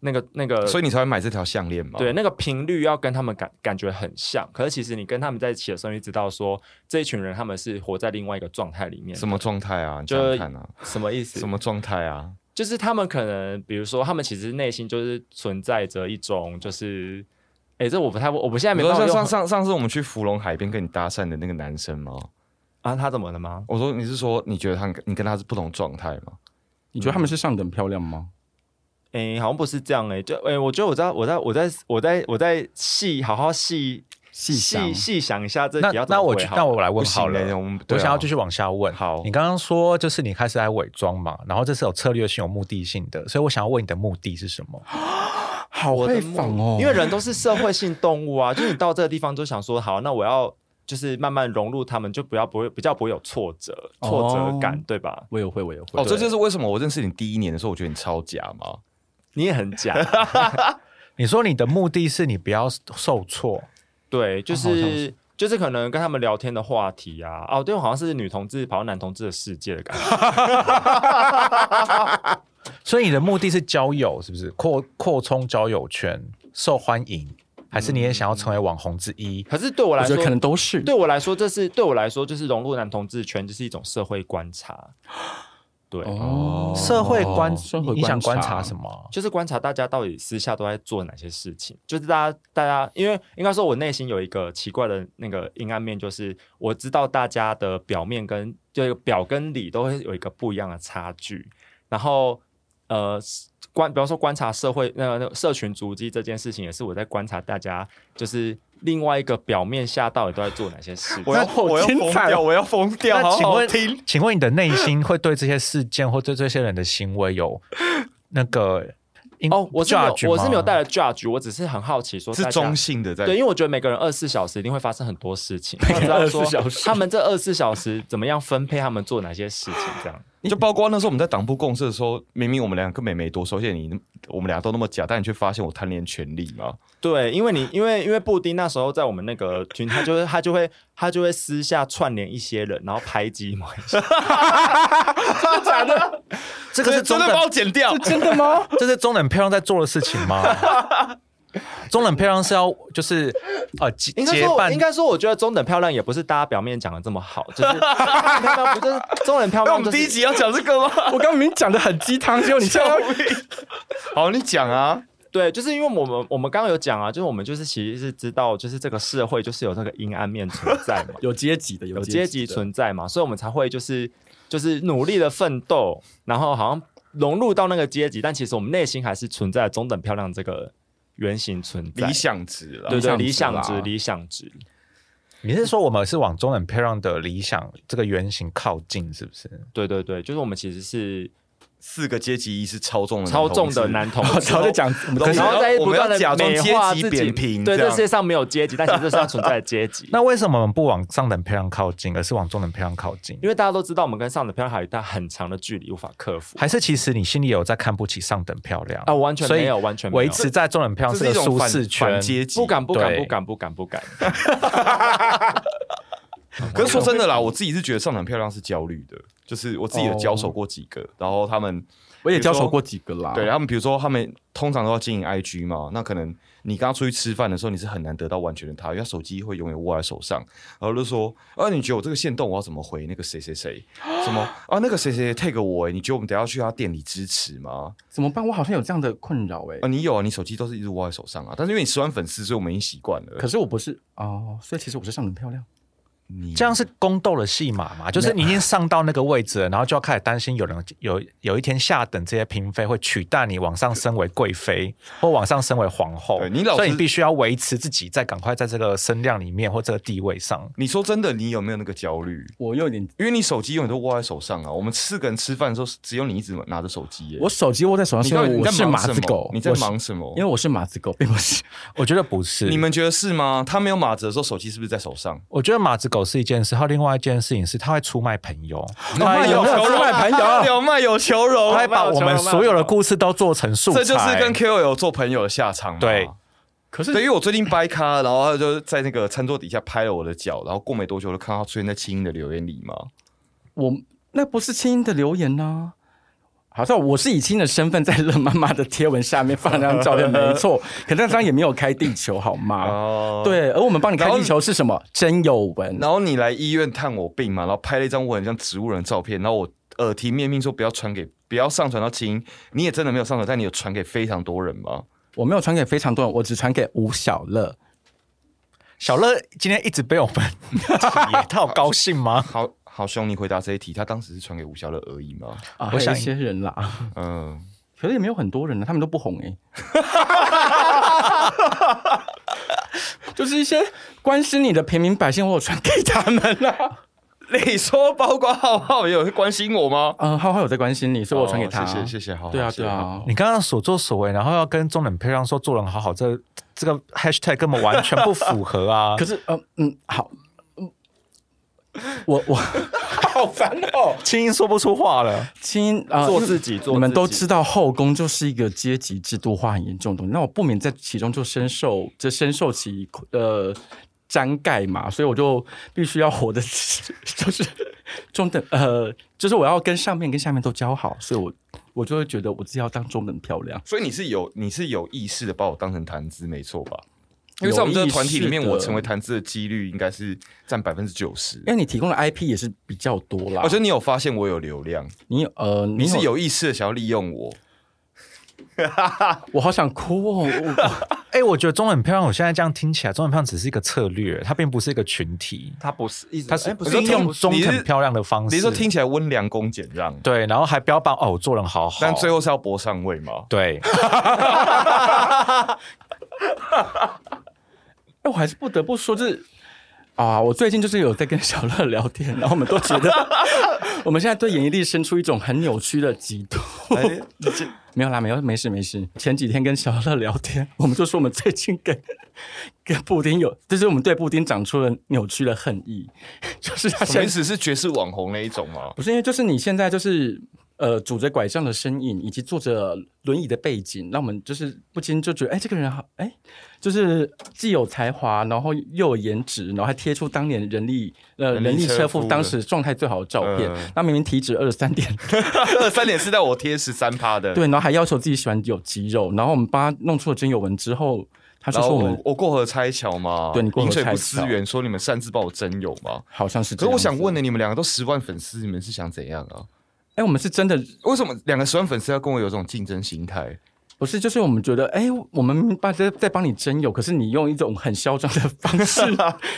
那个那个，所以你才会买这条项链嘛？对那个频率要跟他们感感觉很像。可是其实你跟他们在一起的时候，你知道说这一群人他们是活在另外一个状态里面的。什么状态啊？你就想想看啊，什么意思？什么状态啊？就是他们可能，比如说他们其实内心就是存在着一种就是。哎、这我不太，我我现在你没说办法像用上上上次我们去芙蓉海边跟你搭讪的那个男生吗？啊，他怎么了吗？我说你是说你觉得他跟你跟他是不同状态吗？你觉得他们是上等漂亮吗？诶、好像不是这样诶、就诶、我觉得我在我在我在我在我在细好好细细想细想一下这那题要怎那么我回去好啊那我来不问行好了。欸我们我对啊想要继续往下问。好你刚刚说就是你开始在伪装嘛，然后这是有策略性、有目的性的，所以我想要问你的目的是什么？好我的会目仿哦，因为人都是社会性动物啊，就是你到这个地方就想说，好，那我要就是慢慢融入他们，就不要不会比较不会有挫折挫折感，哦对吧？我也会，我也会。哦，这就是为什么我认识你第一年的时候，我觉得你超假嘛。你也很假，你说你的目的是你不要受挫，对，哦就好像是、就是可能跟他们聊天的话题啊，哦，对，我好像是女同志跑到男同志的世界的感觉，所以你的目的是交友，是不是？扩扩充交友圈，受欢迎，还是你也想要成为网红之一？可是对我我来觉说得可。能都是。对我来说，这是对我来说就是融入男同志圈，就是一种社会观察。对，哦，社会观，社会你你想观观察察什么？啊就是观察大家到底私下都在做哪些事情。就是大家，大家，因为应该说，我内心有一个奇怪的那个阴暗面，就是我知道大家的表面跟就是表跟里都会有一个不一样的差距。然后，呃，观，比方说观察社会那个那个社群足迹这件事情，也是我在观察大家，就是另外一个表面下到底都在做哪些事情。我要好我要精疯彩掉，哦我要疯掉，那好请好问听。，请问你的内心会对这些事件或对这些人的行为有那个因哦，我是没有 judge 我是没有吗带来 judge，我只是很好奇说是大家中性的在对，因为我觉得每个人二十四小时一定会发生很多事 (laughs) 情，我想知道说24小时他们这二十四小时怎么样分配他们做哪些事情，这样。就包括那时候我们在党部共事的时候，明明我们俩根本没多熟，而且你我们俩都那么假，但你却发现我贪恋权力嘛。 (laughs) 对，因为你因为因为布丁那时候在我们那个群，他就会他就会他就会私下串联一些人，然后排挤某一些。这个是真中的等把我剪掉，真的吗？这是中等漂亮在做的事情 (laughs) 吗？中等漂亮是要就是呃结应该结说伴应该说，我觉得中等漂亮也不是大家表面讲的这么好，就是 (laughs) 中等漂亮不就是中等漂那亮、我就是？们第一集要讲这个吗？我刚明明讲的很鸡汤，结果你现在要 (laughs) (laughs) 好，你讲啊。对，就是因为我们我们刚刚有讲啊，就是我们就是其实是知道，就是这个社会就是有那个阴暗面存在嘛。有阶级的，有阶阶级的。存在嘛，所以我们才会就是就是努力的奋斗，然后好像融入到那个阶级，但其实我们内心还是存在中等漂亮这个原型存在。理想值了，对对，理理想值想啦值，理想值。你是说我们是往中等漂亮的理想这个原型靠近，是不是？。对对对，就是我们其实是四个阶级一是超重的超重的同志，男同 (laughs) 我志，只要在讲，我们可是自己然后再我不们要断的假装美化阶级自己扁。平，对，这这样世界上没有阶级，但其实这世上存在的阶级那为什么我们不往上等漂亮靠近，而是往中等漂亮靠近？因为大家都知道，我们跟上等漂亮还有一段很长的距离无法克服。还是其实你心里有在看不起上等漂亮啊，完全所以没有，完全没有维持在中等漂亮这是个一种舒反适反圈。阶级，不敢不敢对不敢不敢不敢。可是说真的啦，我自己是觉得上场漂亮是焦虑的，就是我自己有交手过几个，然后他们我也交手过几个啦。对啊他们，比如说他们通常都要经营 IG 嘛，那可能你跟他出去吃饭的时候，你是很难得到完全的他，因为他手机会永远握在手上，然后就说啊，你觉得我这个线动我要怎么回那个谁谁谁什么啊，那个谁谁谁 take 我、欸，你觉得我们等一下去他店里支持吗？怎么办？我好像有这样的困扰哎啊，。你有啊，你手机都是一直握在手上啊，但是因为你十万粉丝，所以我们已经习惯了。可是我不是哦，所以其实我是上等漂亮。你这样是宫斗的戏码嘛？就是你已经上到那个位置了，然后就要开始担心有人有有一天下等这些嫔妃会取代你往上升为贵 (laughs) 妃或往上升为皇后对，你老是所以你必须要维持自己在赶快在这个声量里面或这个地位上。你说真的，你有没有那个焦虑？我有点，因为你手机永远都握在手上啊。我们四个人吃饭的时候，只有你一直拿着手机耶、我手机握在手上，你是到底因为你我在是忙马什子么狗。你在我是忙什么？因为我是马子狗，并不是。我觉得不是，你们觉得是吗？他没有码子的时候，手机是不是在手上？我觉得马子狗是一件事，还有另外一件事情是，他会出卖朋友，他卖会有用没求有荣，出卖朋友有卖有求荣啊他，会把我们所有的故事都做成素这材，就是跟 KOL 做朋友的下场嘛。对可是对，因为我最近掰咖，然后他就在那个餐桌底下拍了我的脚，然后过没多久我就看到他出现在清音的留言里嘛。我那不是亲的留言呢、好像我是以亲的身份在乐妈妈的贴文下面放那张照片，(laughs) 没错。可那张也没有开地球，好吗？哦，对，而我们帮你开然后地球是什么？真有文。然后你来医院探我病嘛，然后拍了一张我很像植物人的照片，然后我耳提面命说不要传给，不要上传到清音，你也真的没有上传，但你有传给非常多人吗？我没有传给非常多人，我只传给吴小乐。小乐今天一直被我们 (laughs) 提耶，他有高兴吗？好好兄，你回答这一题，他当时是传给吴小乐而已 (laughs) 吗？啊，我想还有一些人啦，嗯。可是也没有很多人呢，他们都不红哎、 (laughs) 就是一些关心你的平民百姓，我有传给他们啊 (laughs) 啦。你说包括浩浩也有关心我吗？哦嗯，浩浩有在关心你，所以我传给他。谢谢谢谢浩浩。对啊，对谢谢浩浩。啊，你刚刚所作所为，然后要跟中等配上说做人好好，这这个 hashtag 根本完全 (laughs) 不符合啊！ (laughs) 可是，嗯嗯，好，嗯，我我好好烦哦。青音说不出话了。亲啊，做因为自己做你们都自己知道后宫就是一个阶级制度化很严重的东西，那我不免在其中就深受这深受其呃沾盖嘛，所以我就必须要活的就是中等呃，就是我要跟上面跟下面都交好，所以我我就会觉得我自己要当中等漂亮。所以你是有你是有意识的把我当成谈资，没错吧？因为有在我们这个团意体识里面，的我成为谈资的几率应该是占百分之九十。因为你提供的 IP 也是比较多啦，我觉得你有发现我有流量，你呃，哦你你是，有意识的想要利用我。我好想哭哦，我哎、我觉得中文很漂亮。我现在这样听起来，中文很漂亮只是一个策略，它并不是一个群体，他不是一直它是哎不是利用听中你很是漂亮的哦方式。你说听起来温良恭俭让，对，然后还标榜哦，我做人好好，但最后是要搏上位吗？对哎，我还是不得不说，就是啊，我最近就是有在跟小乐聊天，然后我们都觉得我们现在对演艺力生出一种很扭曲的嫉妒。没有啦，没有，没事没事。前几天跟小乐聊天，我们就说我们最近跟跟布丁有，就是我们对布丁长出了扭曲的恨意，就是他什么现意在思？是爵士网红那一种吗？不是因为就是你现在就是。呃，拄着拐杖的身影，以及坐着轮椅的背景，让我们就是不禁就觉得，哎、这个人好，哎、就是既有才华，然后又有颜值，然后还贴出当年人力呃人力人力车车夫夫的当时状态最好的照片。嗯那明明体脂二十 (laughs) 三点二三点是在我贴十三趴的，对，然后还要求自己喜欢有肌肉，然后我们帮他弄出了真有文之后，他就然后说我我们我过河拆桥嘛，对你过河饮水拆不桥思源，说你们擅自帮我征友嘛。好像是可这是样。我想问，呢，你们两个都十万粉丝，你们是想怎样啊？哎，我们是真的为什么两个十万粉丝要跟我有这种竞争心态？不是，就是我们觉得，哎，我们明白在在帮你征友，可是你用一种很嚣张的方式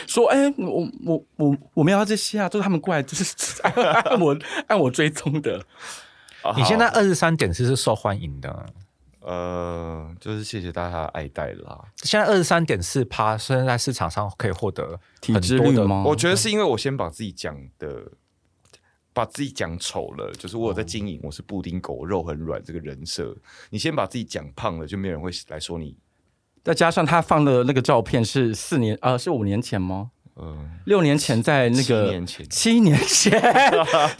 说，哎，我我我我们要这些啊，都是他们过来就是 (laughs) 按按我按我追踪的。你现在二十三点四是受欢迎的，呃，就是谢谢大家的爱戴啦。现在二十三点四趴，虽然在市场上可以获得体很脂多率的吗？我觉得是因为我先把自己讲的，把自己讲丑了，就是我有在经营，我是布丁狗，肉很软这个人设。你先把自己讲胖了，就没有人会来说你。再加上他放的那个照片是四年啊、呃是五年前吗？嗯、六年前在那个七年前七年前，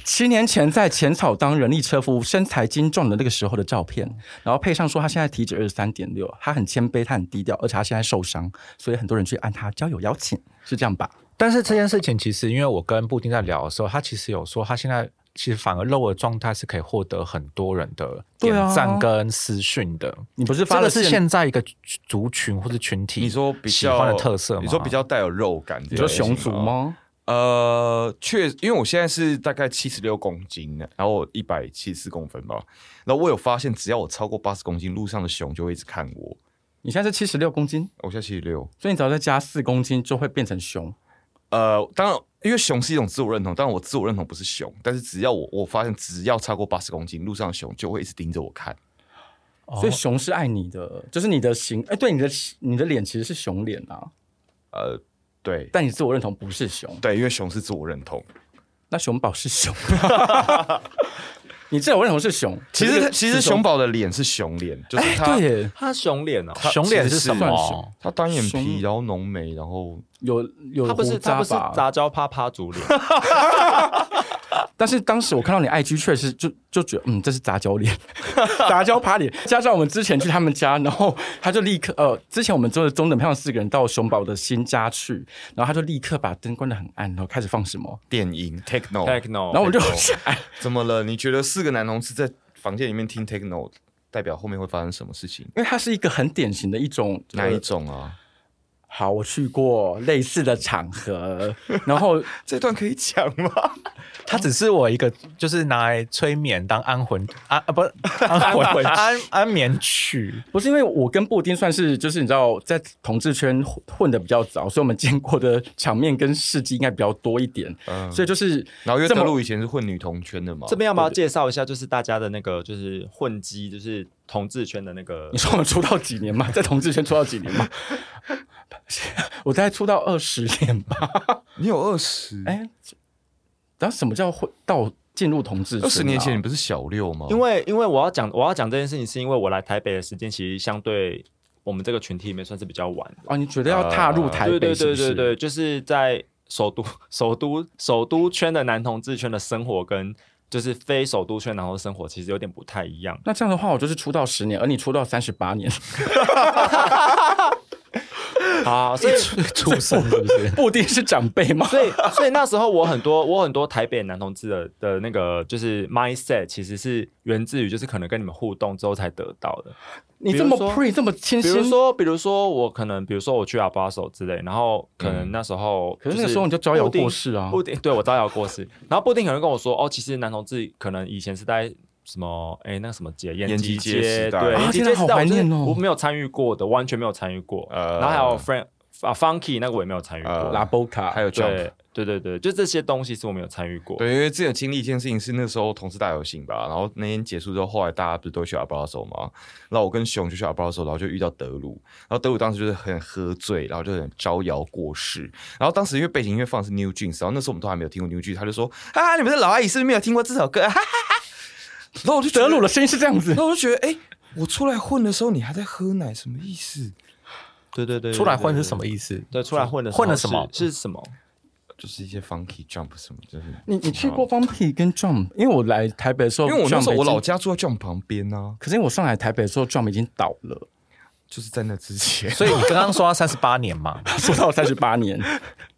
七年前在浅草当人力车夫，身材精壮的那个时候的照片，然后配上说他现在体脂二十三点六，他很谦卑，他很低调，而且他现在受伤，所以很多人去按他交友邀请，是这样吧？但是这件事情其实，因为我跟布丁在聊的时候，他其实有说，他现在其实反而肉的状态是可以获得很多人的对点啊赞跟私讯的。你不是这发个了是现在一个族群或者群体，你说比喜较欢的特色吗？你说比较带有肉感，你说熊族？吗？呃，确，因为我现在是大概七十六公斤，啊然后我一百七十四公分吧。然后我有发现，只要我超过八十公斤，路上的熊就会一直看我。你现在是七十六公斤，我现在七十六，所以你只要再加四公斤就会变成熊。呃，当然，因为熊是一种自我认同，当然我自我认同不是熊，但是只要我我发现，只要超过八十公斤，路上的熊就会一直盯着我看。哦，所以熊是爱你的，就是你的形，哎，对，你的你的脸其实是熊脸啊，呃，对但你自我认同不是熊，对，因为熊是自我认同。那熊宝是熊。 (laughs) 你自我认同是熊，其可实是其实是熊熊宝的脸是熊脸，就是他、对耶，他熊脸哦，哎熊脸其是什实是算么？他哦单眼皮，熊然后浓眉，然后有有他不是胡他渣不是吧杂交趴趴族脸，但是当时我看到你 IG 确实就就觉得，嗯，这是杂交脸， (laughs) 杂交趴脸。加上我们之前去他们家，然后他就立刻呃，之前我们做的中等漂亮四个人到熊宝的新家去，然后他就立刻把灯关得很暗，然后开始放什么，电音 (laughs) techno。 techno，然后我就怎么了？你觉得四个男同志在房间里面听 techno，代表后面会发生什么事情？ (laughs) 因为它是一个很典型的一种哪一种啊？好，我去过类似的场合，然后这段可以讲吗？它只是我一个，就是拿来催眠当安魂安啊，不是安魂安安眠曲。不是因为我跟布丁算是就是你知道在同志圈混混的比较早，所以我们见过的场面跟事迹应该比较多一点，嗯所以就是然后因为这德么路以前是混女同圈的嘛，这边要不要介绍一下，就是大家的那个就是混迹，就是同志圈的那个你说我们出道几年嘛， (laughs) 在同志圈出道几年嘛？ (laughs) 我大概出道二十年吧。你有二十嗯哎、然后什么叫会到进入同志圈啊、二十年前你不是小六吗？因为因为我要讲我要讲这件事情，是因为我来台北的时间其实相对我们这个群体里面算是比较晚的。哦，你觉得要踏入台啊对北对是对不是？对对，就是在首都、首都、首都圈的男同志圈的生活跟就是非首都圈男同志生活其实有点不太一样。那这样的话，我就是出道十年，而你出道三十八年，啊好，所以出生是不是？布丁是长辈 (laughs) 吗？所以所以那时候我很多我很多台北男同志的的那个就是 mindset 其实是源自于就是可能跟你们互动之后才得到的。你这么比如说 pre 这么清比新如，说，比如说我可能，比如说我去阿巴手之类，然后可能那时候、嗯可是那个时候你就招摇过市啊布丁布丁对我招摇过市，然后布丁可能跟我说，哦，其实男同志可能以前是在什么，哎，那个什么街，延吉吉街，街时代对，啊延吉天街啊时代好我就是怀念哦我没有参与过的，完全没有参与过。呃然后还有 Frank 啊 Funky 那个我也没有参与过，呃拉波卡，还有 Jump 对对对对，就这些东西是我没有参与过。对，因为之前有经历一件事情是那时候同事大游行吧，然后那天结束之后，后来大家不是都去阿巴拉手嘛，然后我跟熊就去阿巴拉手，然后就遇到德鲁，然后德鲁当时就是很喝醉，然后就很招摇过市，然后当时因为背景音乐放的是 New Jeans，然后那时候我们都还没有听过 New Jeans，他就说啊，你们这老阿姨是不是没有听过这首歌？ (laughs) 哈哈哈。然后我就觉得 (laughs) 德鲁的声音是这样子然，后我就觉得，哎、我出来混的时候你还在喝奶，什么意思？对对对，出来混是什么意思？对，出来混的时候混了什么是是什么？就是一些 funky jump 什么，就是你你去过 Bumpy 跟 Jump？因为我来台北的时候，因为我那时候 Jump 我已经老，家住在 jump 旁边啊，可是我上来台北的时候，Jump 已经倒 (laughs) 了，就是在那之 (laughs) 前。所以你刚刚说三十八年嘛，出道三十八年，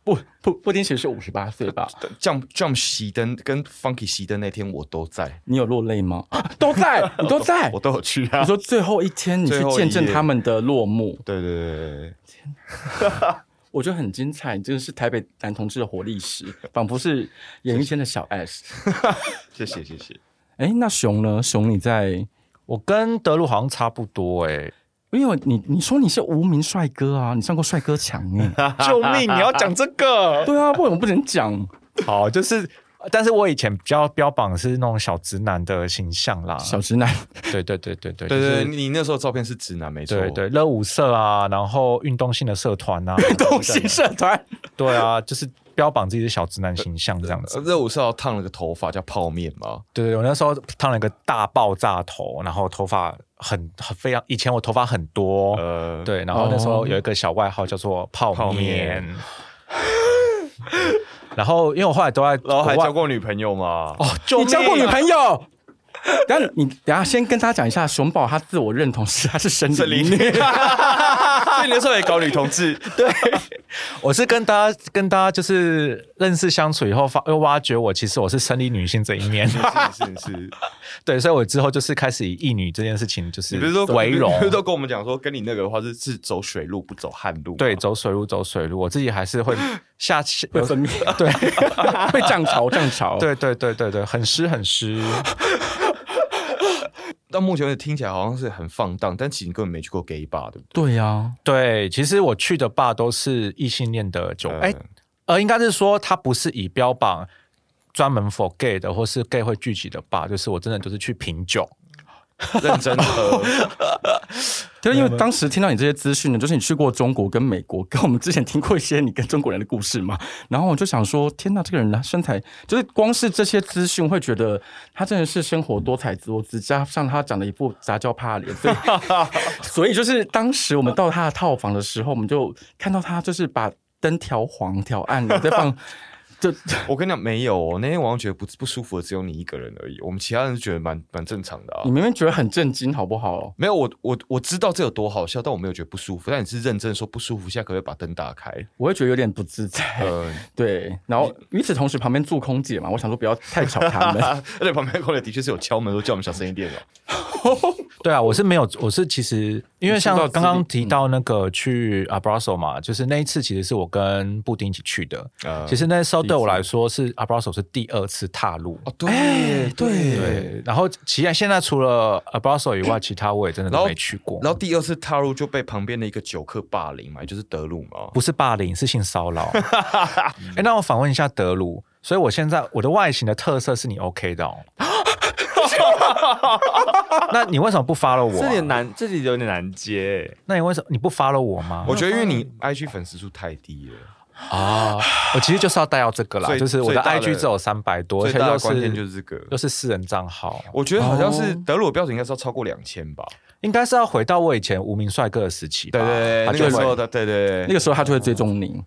布布布丁其实是五十八岁吧？ Jump Jump 熄灯跟 Funky 熄灯那天我都在，你有落泪吗？啊都 (laughs) 在，你都在我。都有去啊你。说最后一天，你去最后一见证夜他们的落幕，对对对对对，我觉得很精彩，真的是台北男同志的活历史，仿佛是演艺圈的小 S。谢谢谢谢。哎，那熊呢？熊你在？我跟德鲁好像差不多哎、因为你你说你是无名帅哥啊，你上过帅哥墙 (laughs) 哎。救命！你要讲这个？对啊，为什么不能讲？ (laughs) 好，就是，但是我以前比较标榜是那种小直男的形象啦。小直男，对对对对对对对，就是你那时候照片是直男没错。对对，热舞社啊，然后运动性的社团啊， (laughs) (laughs) 动心社团。对啊，就是标榜自己是小直男形象这样子呃。热舞社要烫了个头发叫泡面嘛，对对，对我那时候烫了一个大爆炸头，然后头发很很非常，以前我头发很多，呃，对，然后那时候有一个小外号叫做泡面。泡面 (laughs) 然后，因为我后来都在国然外，后还交过女朋友 (laughs) 嘛。哦，救你交过命女啊朋友？等下你等下先跟大家讲一下，熊宝他自我认同是他是生这里，所理女， (laughs) 以你那时候也搞女同志，对，我是跟大家跟大家就是认识相处以后，发又挖掘我其实我是生理女性这 (laughs) 一面，是是是，对，所以我之后就是开始以异女这件事情 (laughs) 你就是不是说为荣 (laughs) 你，不是都跟我们讲说，跟你那个的话是是走水路不走旱路， (laughs) 对，，走水路走水路，我自己还是会 (laughs) 下去，会 (laughs) 分泌，对，会涨潮涨潮。，对对对对对，很湿很湿，到目前为止听起来好像是很放荡，但其实你根本没去过 gay bar，对不对？对啊呀，对，其实我去的吧都是异性恋的酒，哎、嗯呃，应该是说它不是以标榜专门 for gay 的，或是 gay 会聚集的吧，就是我真的就是去品酒，认真的 (laughs) 喝，对，因为当时听到你这些资讯呢，就是你去过中国跟美国，跟我们之前听过一些你跟中国人的故事嘛， (laughs) 然后我就想说，天呐，这个人的身材，就是光是这些资讯，会觉得他真的是生活多彩多姿，加上他长得一副杂交帕脸，所以 (laughs) 所以就是当时我们到他的套房的时候，我们就看到他就是把灯调黄调暗，然后再放就 (laughs) 我跟你讲，没有、哦，那天晚上觉得不不舒服的只有你一个人而已，我们其他人觉得蛮蛮正常的啊你。明明觉得很震惊，好不好？没有，我我我知道这有多好笑，但我没有觉得不舒服。但你是认真说不舒服，现在可不可以把灯打开？我会觉得有点不自在，呃，对。然后与此同时，旁边住空姐嘛，我想说不要太吵他们。 (laughs) 而且旁边空姐的确是有敲门说叫我们小声一点哦。对啊，我是没有，我是其实因为像你说到刚刚自嗯提到那个去 Abraso 嘛，就是那一次其实是我跟布丁一起去的。呃，其实那时候对我来说是 Abraso 是第二次踏入， (laughs) 哦，对、耶对耶对。然后其实现在除了 Abraso 以 (coughs) 外，其他我也真的然都后没去过。然后第二次踏入就被旁边的一个酒客霸凌嘛，也就是德鲁嘛。不是霸凌，是性骚扰。哎、那我反问一下德鲁，所以我现在我的外形的特色是你 (coughs) OK 的哦。 (laughs) 那你为什么不 follow 我这啊、点难，这里有点难接、欸。那你为什么你不 follow 我吗？我觉得因为你 IG 粉丝数太低了，啊，我其实就是要带到这个啦，最就是我最的大的 IG 只有三百多，而最且大又的关键就是是这个。又是私人账号，我觉得好像是哦德鲁的标准应该是要超过两千吧。应该是要回到我以前无名帅哥的时期吧。对对对，啊他那就个时候会的对对对那个时候他就会追踪你。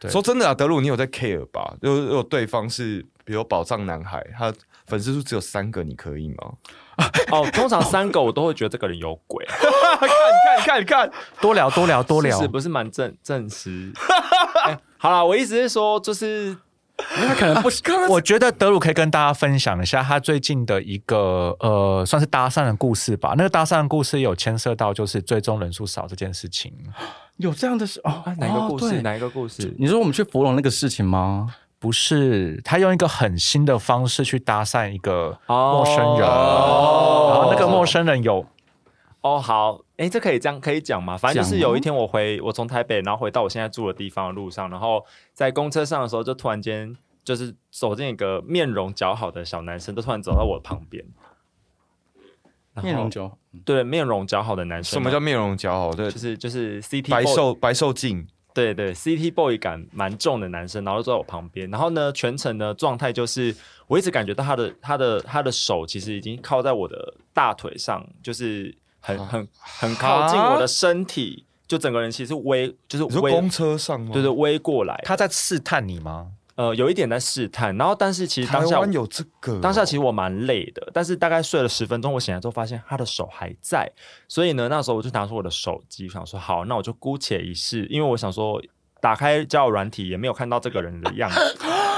对说真的啊，德鲁，你有在 care 吧？如果如果对方是比如宝藏男孩，他粉丝数只有三个，你可以吗？ (laughs) 哦，通常三个我都会觉得这个人有鬼， (laughs) 看看看看，多聊多聊多其聊实，不是蛮证证 (laughs) 实。哎好啦，我意思是说，就是他可能不是，我觉得德鲁可以跟大家分享一下他最近的一个呃，算是搭讪的故事吧。那个搭讪的故事有牵涉到就是最终人数少这件事情。有这样的事哦啊，？哪一个故哦事？对哪一个故事？你说我们去芙蓉那个事情吗？不是，他用一个很新的方式去搭讪一个哦陌生人，哦然后那个陌生人有哦，好，哎，这可以这样可以讲吗？反正就是讲哦有一天我回我从台北，然后回到我现在住的地方的路上，然后在公车上的时候，就突然间就是走进一个面容姣好的小男生，就突然走到我旁边。然后面容酒对面容姣好的男生嗯什啊，么叫面容姣好？对就，是就是 CT 白 boy- 瘦白瘦镜，对对，CT boy 感蛮重的男生，然后就坐在我旁边，然后呢，全程呢状态就是，我一直感觉到他的他的他的手其实已经靠在我的大腿上，就是很啊很很靠近我的身体，就整个人其实微就是你说微公车上吗？对对，微过来，他在试探你吗？呃有一点在试探，然后但是其实台当下湾有这个哦，当下其实我蛮累的，但是大概睡了十分钟，我醒来之后发现他的手还在，所以呢，那时候我就拿出我的手机，想说好，那我就姑且一试，因为我想说打开交友软体也没有看到这个人的样子，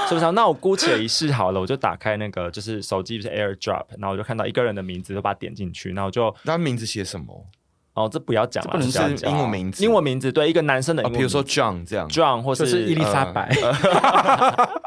是不是？那我姑且一试好了，我就打开那个就是手机不是 AirDrop，然后我就看到一个人的名字，就把它点进去，那我就他名字写什么？哦，这不要讲了，这不能要是讲英文名字，英文名字，对，一个男生的英啊，文名比字，如说 John 这样。哎 John 或就是伊丽莎白，呃 (laughs)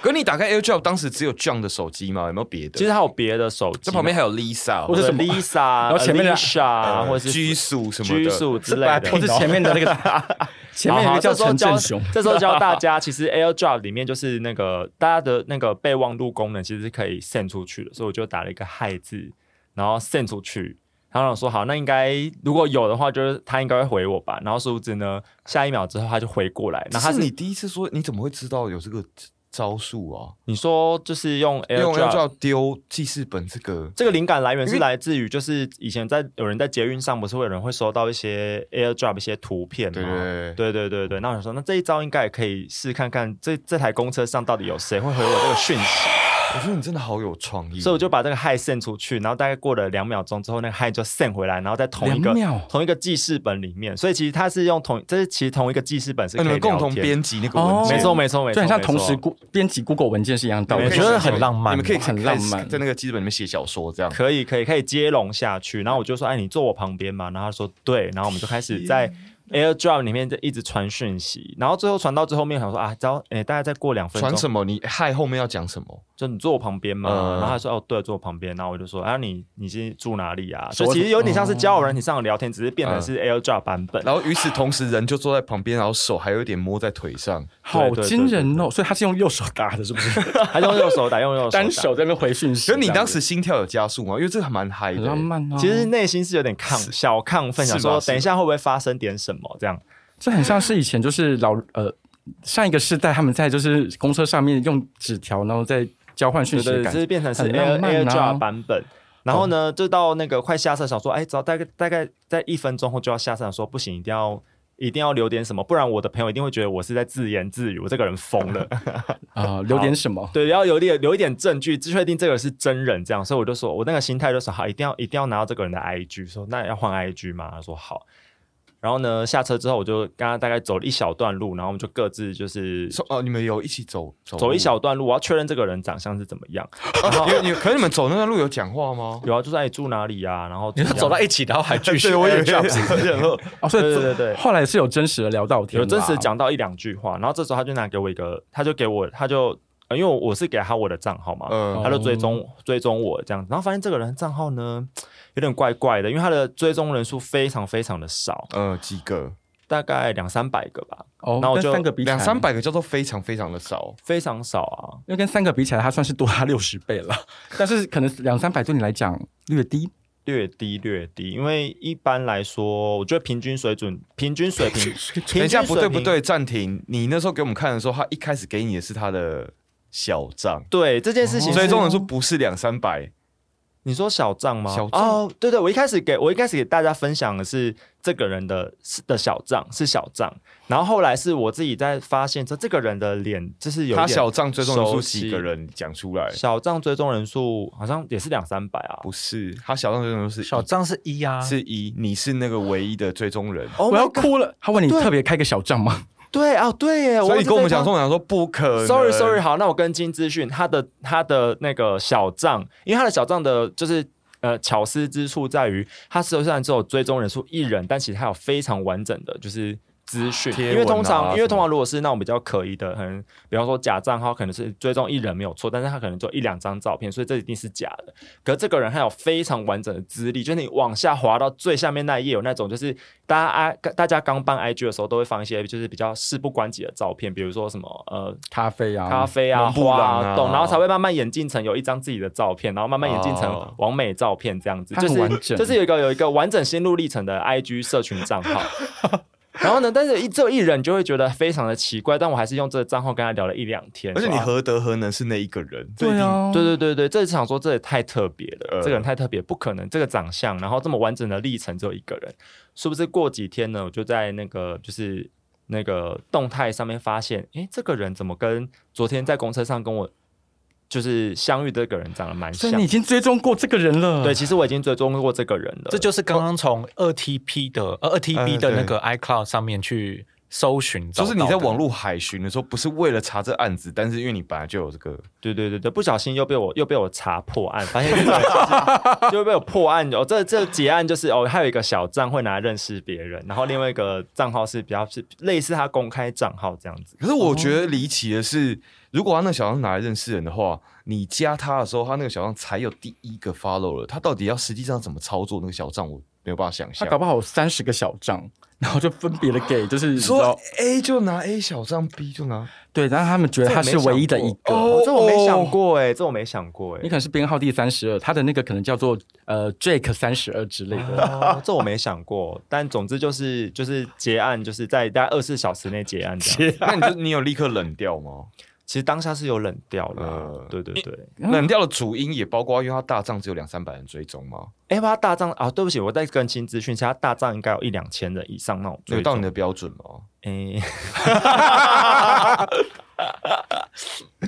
可是你打开 AirDrop，当时只有 John 的手机吗？有没有别的？其实还有别的手机，这旁边还有 Lisa，或者对什么 Lisa，然后前面的 Lisa 啊或者是拘束什么的拘束之 (laughs) 类的或是前面 (laughs) 的那个前面有一个叫好好陈振这时候雄教，这时候教大家，其实 AirDrop 里面就是那个大家的那个备忘录功能，其实是可以 send 出去的，所以我就打了一个“嗨”字，然后 send 出去。然后我说好，那应该如果有的话，就是他应该会回我吧。然后殊不知呢，下一秒之后他就回过来，那然后他是是你第一次说，你怎么会知道有这个招数啊？你说就是用因为我要 AirDrop 叫丢记事本这个，这个灵感来源因是为来自于，就是以前在有人在捷运上，不是会有人会收到一些 AirDrop 一些图片对吗？对对，对对对对，那我想说，那这一招应该也可以试看看这，这台公车上到底有谁会回我这个讯息，我觉得你真的好有创意，啊所以我就把这个 Hi send 出去，然后大概过了两秒钟之后，那个 Hi 就 send 回来，然后在同一个两秒同一个记事本里面，所以其实它是用同，这是其实同一个记事本是那可呃你以们共同聊天编辑那个哦文件，没错没错没错，就很像同时没错 Go- 编辑 Google 文件是一样的道你理。们我可以觉得写很浪漫你啊们可以很浪漫开始在那个记事本里面写小说这样。可以可以可以接龙下去，然后我就说，哎，你坐我旁边嘛，然后他说对，然后我们就开始在 AirDrop 里面就一直传讯息，然后最后传到最后面，想说啊，只要哎大概再过两分钟，传什么？你嗨后面要讲什么？就你坐我旁边嘛，嗯然后他说哦对，坐我旁边，然后我就说啊你你是住哪里啊？说所以其实有点像是嗯交友软体上的聊天，只是变成是 AirDrop 版本。 (laughs) 然后与此同时，人就坐在旁边，然后手还有一点摸在腿上。好对对对惊人哦！所以他是用右手打的，是不是？还用 (laughs) 右手打，用右手打单手。在那边回讯可息。是你当时心跳有加速吗？因为这个还蛮嗨这的、欸样子很浪漫哦，其实内心是有点亢小亢奋，是想吧说是吧等一下会不会发生点什么这样。这很像是以前就是老呃上一个世代他们在就是公车上面用纸条，然后在交换讯对息的对，感就觉是。变成是很 Air 浪漫 AirDrop 啊版本。然后呢，就到那个快下车，想说，哎，只要大概大概在一分钟后就要下车，想说不行，一定要一定要留点什么，不然我的朋友一定会觉得我是在自言自语，我这个人疯了。啊，留点什么？对，要留点留一点证据，确定这个是真人这样，所以我就说，我那个心态就是好，一定要一定要拿到这个人的 IG，说那要换 IG 吗？他说好。然后呢，下车之后我就跟他大概走了一小段路，然后我们就各自就是说哦，你们有一起走走走路一小段路，我要确认这个人长相是怎么样。啊有有，可是你们走那段路有讲话吗？有啊，就在你住哪里啊？然后你怎说样 (laughs) 走到一起，然后还 (laughs) 继续呃 AirDrop 有。哦，所以对对对对后来是有真实的聊到 (laughs) 天，有真实。讲到一两句话，然后这时候他就拿给我一个，他就给我，他就、呃因为我是给他我的账号嘛，嗯他就追踪、追踪我这样子，然后发现这个人的账号呢有点怪怪的，因为他的追踪人数非常非常的少，呃，几个大概两三百个吧，哦，那我跟就三个比起来两三，百个叫做非常非常的少。非常少啊。因为跟三个比起来，他算是多他六十倍了。但是可能两三百对你来讲略低。略低略低，因为一般来说，我觉得平均水准、平均水 (laughs) 平、等平一下，均不对水不平，对，暂停。你那时候给我们看的时候，他一开始给你的是他的小账，对这件事情是，所以这种人数不是两三百，你说小账吗？小账哦，对对，我一开始给我一开始给大家分享的是这个人的是的小账是小账，然后后来是我自己在发现这这个人的脸就是有一他点小账追踪人数几熟个悉人？讲出来，小账追踪人数好像也是两三百啊。不是他小账追踪人数是小张是一啊，是一，你是那个唯一的追踪人。 Oh 我 my 要 God，哭了。他问你对特别开个小账吗？对啊，对耶，所以忘你记哎跟我们这一讲趴说，我想说不可能 Sorry Sorry，好，那我跟金资讯，他的他的那个小账，因为他的小账的就是呃巧思之处在于，他虽然只有追踪人数一人，但其实他有非常完整的就是。资讯，贴文啊因为通常，因什么为通常如果是那种比较可疑的，可能比方说假账号，可能是追踪一人没有错，但是他可能就一两张照片，所以这一定是假的。可是这个人他有非常完整的资历，就是你往下滑到最下面那一页，有那种就是大家 I 大家刚办 IG 的时候，都会放一些就是比较事不关己的照片，比如说什么呃咖啡啊，咖啡啊、蒙布花朗啊啊、懂，然后才会慢慢演进成有一张自己的照片，然后慢慢演进成哦完美照片这样子，它就很是完整就是有一个有一个完整心路历程的 IG 社群账号。 (laughs) 然后呢，但是一只有一人就会觉得非常的奇怪，但我还是用这个账号跟他聊了一两天，而且你说啊何德何能是那一个人？这一对定啊，对对对对，这场说这也太特别了，呃这个人太特别，不可能，这个长相，然后这么完整的历程只有一个人，是不是？过几天呢，我就在那个就是那个动态上面发现，诶，这个人怎么跟昨天在公车上跟我就是相遇的这个人长得蛮所像以你已？经追踪过这个人了。对，，其实我已经追踪过这个人了，这就是刚刚从二 TP 的呃二 TB 嗯的那对个 iCloud 上面去搜寻找就到是的，你在网络海巡的时候，不是为了查这案子，但是因为你本来就有这个，对对对对，不小心又被我又被我查破案，发现这个人就是就被我破案哦。这这结案就是哦，还有一个小账会拿来认识别人，然后另外一个账号是比较是类似他公开账号这样子。可是我觉得离奇的是，哦如果他那个小账拿来认识人的话，你加他的时候，他那个小账才有第一个 follow 了，他到底要实际上怎么操作那个小账，我没有办法想他象搞。不好三十个小账，然后就分别的给，就是你知说道 A 就拿 A 小账，B 就 (laughs) 拿对，然后他们觉得他是唯一的一个。哦，这我没想哦过哎、这我没想过哎、你可能是编号第三十二，他的那个可能叫做呃 Jake 三十二之类的。哦，这我没想过，但总之就是就是结案，就是在大概二十四小时内结案这样。那你就你有立刻冷掉 (laughs) 吗？其实当下是有冷掉了，嗯呃对对对。冷掉的主因也包括，因为他大账只有两三百人追踪嘛，哎、他大账啊，对不起，我在更新资讯，其实他大账应该有一两千人以上那种有追踪。到你的标准吗？哎、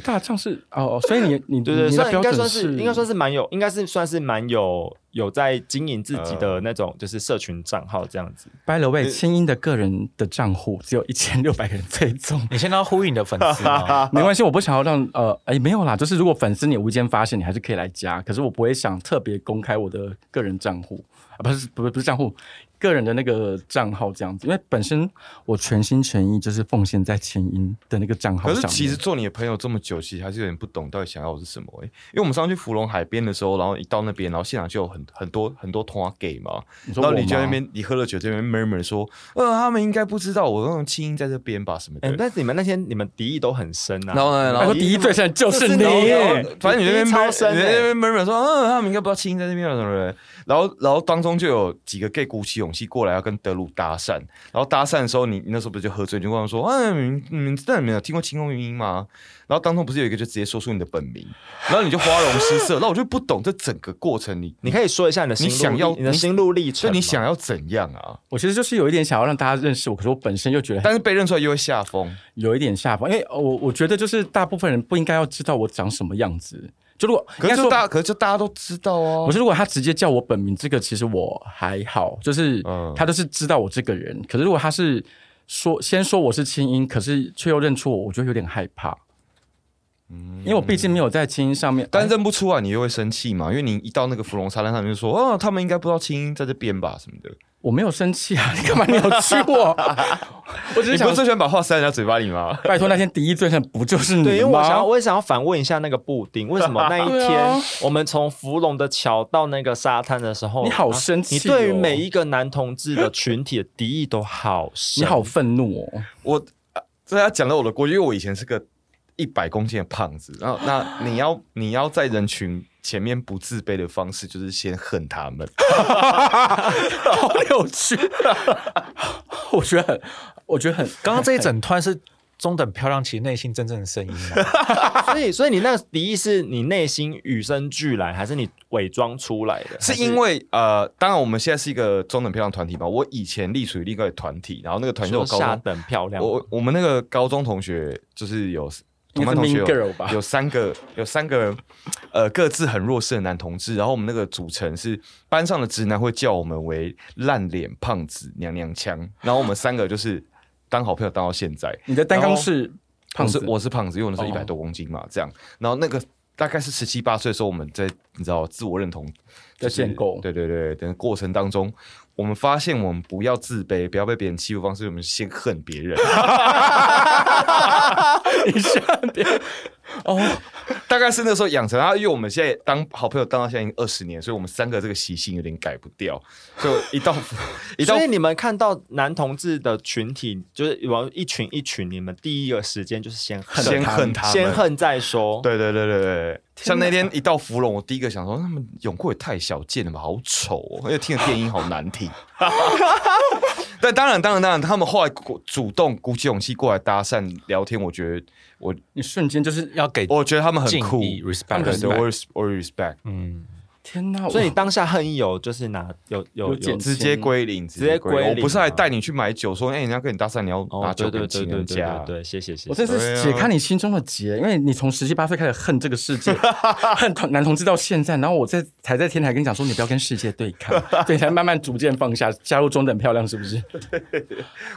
大账是哦，哦所以你你对对，你的算标应该准算是应该算是蛮有，应该是算是蛮有有在经营自己的那种就是社群账号这样子。 By the 呃 way，清音的个人的账户只有一千六百人追踪， (laughs) 你现在要呼应你的粉丝吗没关系，我不想要让呃，哎，没有啦，就是如果粉丝你无意间发现，你还是可以来加，可是我不会想特别公开我的个人账户啊，不是不是不是账户，个人的那个账号这样子，因为本身我全心全意就是奉献在前音的那个账号可上是面。其实做你的朋友这么久，其实还是有点不懂到底想要的是什么、欸、因为我们上次去芙蓉海边的时候，然后一到那边，然后现场就有很很多很多同 gay 嘛，你说然后我吗你就在那边，你喝了酒这边 murmur 说，呃，他们应该不知道我那种轻音在这边吧什么的。哎、但是你们那天你们敌意都很深啊。然后呢，然哎，后我第一对象就这是是你，你然后反正你哦在那边你超深 murmur- 欸你在那边 murmur 说，嗯，他们应该不知道轻音在这边什么的。然后然后当中就有几个 gay 鼓起勇气过来要跟德鲁搭讪，然后搭讪的时候，你你那时候不是就喝醉，你就跟我说，嗯，你们真的没有听过轻功云音吗？然后当中不是有一个就直接说出你的本名，然后你就花容失色，那 (laughs) 我就不懂这整个过程你，你可以说一下你的心你路历想要你的心路历程所吗，以你想要怎样啊？我其实就是有一点想要让大家认识我，可是我本身又觉得但是被认出来又会下风，有一点下风，因为呃我我觉得就是大部分人不应该要知道我长什么样子。就如果可应该是就说大，可是就大家都知道啊。不是，如果他直接叫我本名，这个其实我还好，就是嗯他就是知道我这个人。可是如果他是说先说我是清音，可是却又认出我，我就有点害怕，因为我毕竟没有在清音上面。但哎认不出啊来，你又会生气嘛？因为你一到那个芙蓉沙滩上，你就说，哦，他们应该不知道青音在这边吧，什么的。我没有生气啊， (laughs) 你干嘛扭曲 (laughs) 我？我只你是不想是最喜欢把话塞在人家嘴巴里吗？拜托那天第一罪证不就是你吗？对，因为我想要，我也想要反问一下那个布丁，为什么那一对天、啊我们从芙蓉的桥到那个沙滩的时候，啊你好生气哦你对于每一个男同志的群体的敌意都好深， (laughs) 你好愤怒哦！我啊这要讲到我的过去，因为我以前是个一百公斤的胖子，然后那你要你要在人群前面不自卑的方式，就是先恨他们。 (laughs) 好扭曲，我觉得很，我觉得很，刚刚这一整段是中等漂亮，其实内心真正的声音 (laughs) 啊。所以，所以你那个敌意是你内心与生俱来，还是你伪装出来的？是因为呃，当然我们现在是一个中等漂亮团体嘛，我以前隶属于另一个团体，然后那个还团体是是说我高下中，等漂亮吗？我我们那个高中同学就是有应同该班是同学 Mean 有 Girl 吧？有三个有三个呃各自很弱势的男同志，然后我们那个组成是班上的直男会叫我们为烂脸、胖子、娘娘腔，然后我们三个就是当好朋友当到现在。你的单纲是胖子我，是我是胖子，因为我那时候一哦百多公斤嘛，这样。然后那个大概是十七八岁的时候，我们在你知道自我认同就在是建构对对对，等过程当中，我们发现我们不要自卑，不要被别人欺负的方式，我们先恨别人。你是哦大概是那时候养成啊，因为我们现在当好朋友当到现在已经二十年，所以我们三个这个习性有点改不掉，所以一到 (laughs) 一到所以你们看到男同志的群体，就是往一群一群，你们第一个时间就是先恨先他恨他们，先。恨再说。，对对对对对，像那天一到芙蓉，我第一个想说，他们泳裤也太小件了吧，好丑、哦，而且听的电音好难 (laughs) 听。但当然，当然，当然，他们后来鼓主动鼓起勇气过来搭讪聊天，我觉得，我你瞬间就是要给我觉得他们很敬酷，意他对们很对 respect，对，我 res- 我 respect，嗯， (laughs) 天哪！所以你我当下恨意有就是拿有有有有减直接归零，直接归归我零不是还啊带你去买酒，说，哎、人家跟你搭讪，你要拿哦，酒对对给对请对人对家。对对，谢谢谢我真谢。是解开你心中的结，因为你从十七八岁开始恨这个世 (laughs) 界，恨同男同志到现在，然后我在才在天台跟你讲说，你不要跟世界对 (laughs) 抗，对，才慢慢逐渐放下，加入中等漂亮，是不 (laughs) 是？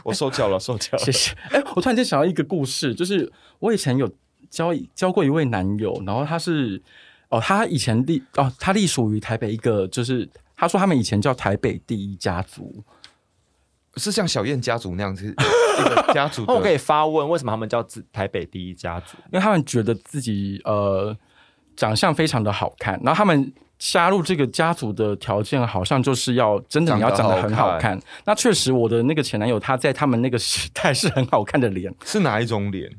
我受教了，受教了谢。谢。哎、我突然间想到一个故事，就是我以前有交交过一位男友，然后他是哦，他以前隶哦，他隶属于台北一个，就是他说他们以前叫台北第一家族，是像小燕家族那 (laughs) 样子，一个家族 (laughs) 那我可的以发问，为什么他们叫自台北第一家族？因为他们觉得自己呃长相非常的好看，然后他们加入这个家族的条件好像就是要真的你要长得很好长得好看。那确实，我的那个前男友他在他们那个时代是很好看的脸，是哪一种脸？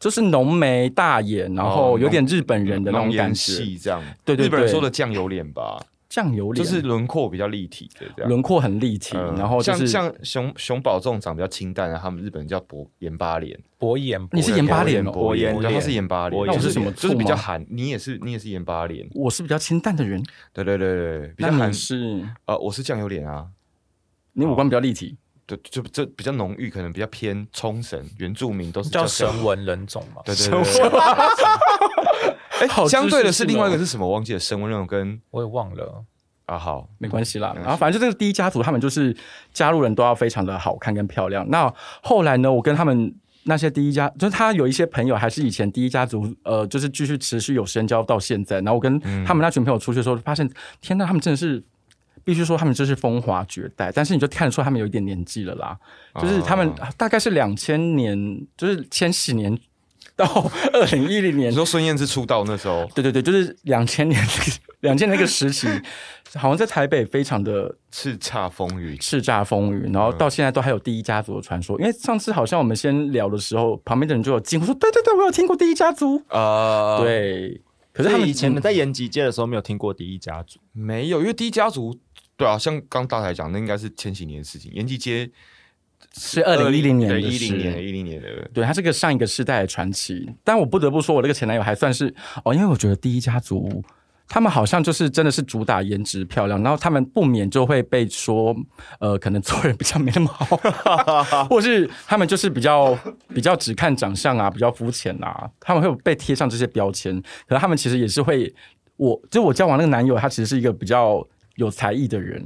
就是浓眉大眼，然后哦有点日本人的那种浓感颜觉，系这样，对对对日本人说的酱油脸吧，酱油就脸，是轮廓比较立体的这样。轮廓很立体，嗯然后就像是像熊熊宝这种长比较清淡的，他们日本人叫薄盐巴脸，博眼，你是博盐巴脸哦薄薄盐，盐对，他是盐巴脸，薄盐就是那我是什么醋就是比较吗韩，你也是你也是盐巴脸，我是比较清淡的人，对对对对，对比那较韩你，是呃，我是酱油脸啊，你五官比较立体，对，就这比较浓郁，可能比较偏冲绳原住民都是叫酱油神文人种嘛？对对对对对。好哎，知识相对的是性哦另外一个是什么？忘记了，神文那种跟我也忘了。啊好，没关系啦。没关系然后反正就这个第一家族，他们就是加入人都要非常的好看跟漂亮。那后来呢，我跟他们那些第一家，就是他有一些朋友还是以前第一家族，呃，就是继续持续有深交到现在。然后我跟他们那群朋友出去的时候，发现天呐，他们真的是。必须说他们就是风华绝代，但是你就看得出他们有一点年纪了啦，就是他们哦大概是两千年，就是千禧年到二零一零 (laughs) 年你说孙燕姿出道那时候，对对对，就是两千年那个两千那个时期，好像在台北非常的叱咤风云，叱咤风云，然后嗯到现在都还有第一家族的传说。因为上次好像我们先聊的时候，旁边的人就有惊呼说：“对对对，我有听过第一家族。呃，对，可可是他们嗯以前在延吉街的时候没有听过第一家族，没有，因为第一家族，对啊，像刚大台讲，那应该是千禧年的事情，延吉街是二零一零年的一事零年一零年的，对，他是个上一个世代的传奇。但我不得不说，我那个前男友还算是哦，因为我觉得第一家族他们好像就是真的是主打颜值漂亮，然后他们不免就会被说，呃，可能做人比较没那么好，或是他们就是比较比较只看长相啊，比较肤浅啊，他们会被贴上这些标签。可是他们其实也是会，我就我交往那个男友，他其实是一个比较有才艺的人，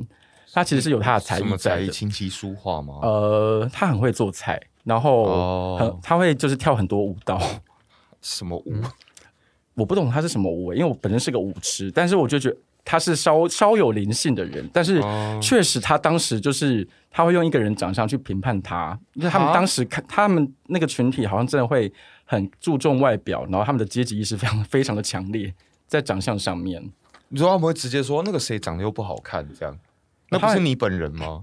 他其实是有他的才什艺么在才的艺，。琴棋书画吗？呃，他很会做菜，然后哦很、他会就是跳很多舞蹈。 (laughs) 什么舞？嗯我不懂他是什么舞、欸因为我本身是个舞痴，但是我就觉得他是稍稍有灵性的人，但是哦确实他当时就是他会用一个人长相去评判他，因为他们啊当时看他们那个群体好像真的会很注重外表，然后他们的阶级意识非常非常的强烈。在长相上面，你说他们会直接说那个谁长得又不好看，这样，那不他是们你本人吗？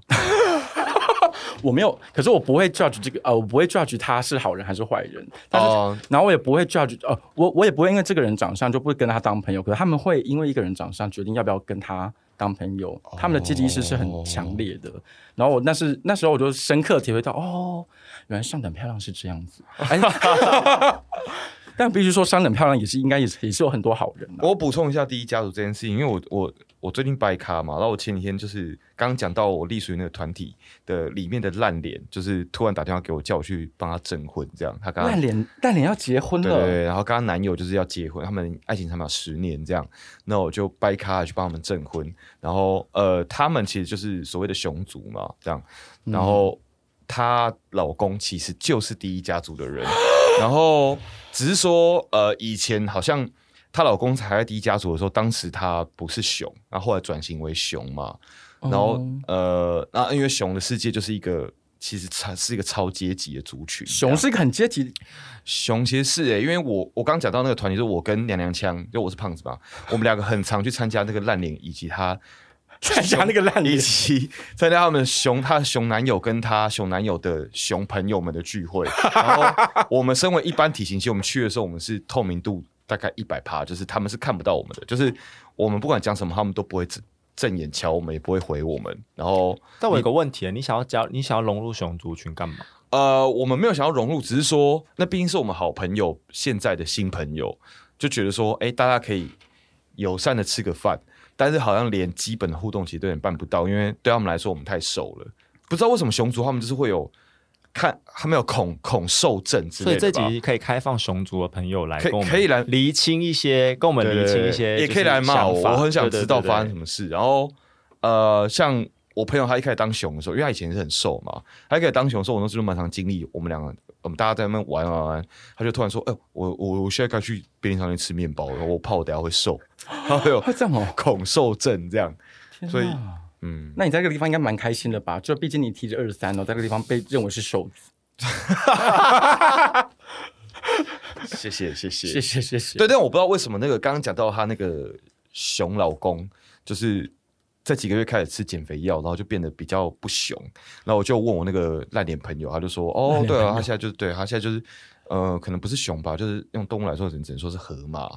我没有，可是我不会 judge 这个呃，我不会 judge 他是好人还是坏人，但是、哦然后我也不会 judge 哦、我我也不会因为这个人长相就不跟他当朋友，可是他们会因为一个人长相决定要不要跟他当朋友，哦他们的阶级意识是很强烈的。然后我那是那时候我就深刻体会到，哦，原来上等漂亮是这样子。哎 (laughs) 但必须说，上等漂亮也是应该也是也是有很多好人、啊。我补充一下第一家族这件事情，因为我我我最近掰咖嘛，然后我前几天就是刚刚讲到我隶属于那个团体的里面的烂脸，就是突然打电话给我叫我去帮他证婚，这样他刚烂脸烂脸要结婚对对了，对，然后跟她男友就是要结婚，他们爱情长跑十年这样，那我就掰咖去帮他们证婚，然后呃，他们其实就是所谓的熊族嘛，这样，然后她老公其实就是第一家族的人，然后只是说呃，以前好像她老公还在第一家族的时候，当时她不是熊，然后后来转型为熊嘛，哦然后、嗯呃，那因为熊的世界就是一个。其实它是一个超阶级的族群，这样熊是一个很阶级，熊其实是欸诶、因为我我刚讲到那个团体，就是我跟娘娘腔，就我是胖子 (laughs) 嘛，我们两个很常去参加那个烂脸，以及他参加那个 (laughs) 烂以脸，及参加他们熊他的熊男友跟他熊男友的熊朋友们的聚 (laughs) 会。然后我们身为一般体型，其实我们去的时候，我们是透明度大概一百趴，就是他们是看不到我们的，就是我们不管讲什么，他们都不会正正眼瞧我们，也不会回我们。然后但我有个问题，你想要加，你想要融入熊族群干嘛？呃，我们没有想要融入，只是说那毕竟是我们好朋友，现在的新朋友，就觉得说，哎、大家可以友善的吃个饭，但是好像连基本的互动其实都有点办不到，因为对他们来说我们太瘦了，不知道为什么熊族他们就是会有看他们有恐恐兽症之所类以这的吧。集可以开放熊族的朋友来可以跟我们可以来厘清一些，跟我们对对厘清对一些，也可以来骂我，我很想知道发翻。生什么事。然后呃，像我朋友他一开始当熊的时候，因为他以前是很瘦嘛，他一开始当熊的时候，我那时候蛮常经历，我们两个我们大家在那边玩玩玩，他就突然说：“哎、我我我现在该去便利商店吃面包了，我怕我等下会瘦， (laughs) 还有会这样哦。恐瘦症这样。”天所以哪嗯，那你在这个地方应该蛮开心的吧？就毕竟你提着二三哦，在这个地方被认为是瘦子，谢谢谢谢谢谢谢谢。对，但我不知道为什么那个刚刚讲到她那个熊老公，就是这几个月开始吃减肥药，然后就变得比较不熊。然后我就问我那个烂脸朋友，他就说：“哦，对啊，他现在就是对他现在就是呃，可能不是熊吧，就是用动物来说，只能只能说是河马。”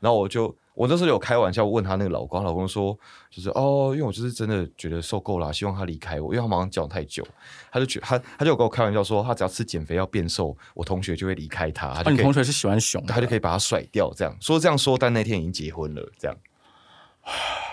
然后我就我那时候有开玩笑问她那个老公，她老公说就是哦，因为我就是真的觉得受够了啊、希望他离开我，因为他好像讲太久，他就觉他他就有跟我开玩笑说，他只要吃减肥药变瘦，我同学就会离开他，他哦，就你可以同学是喜欢熊的，他就可以把他甩掉。这样说这样说，但那天已经结婚了。这样，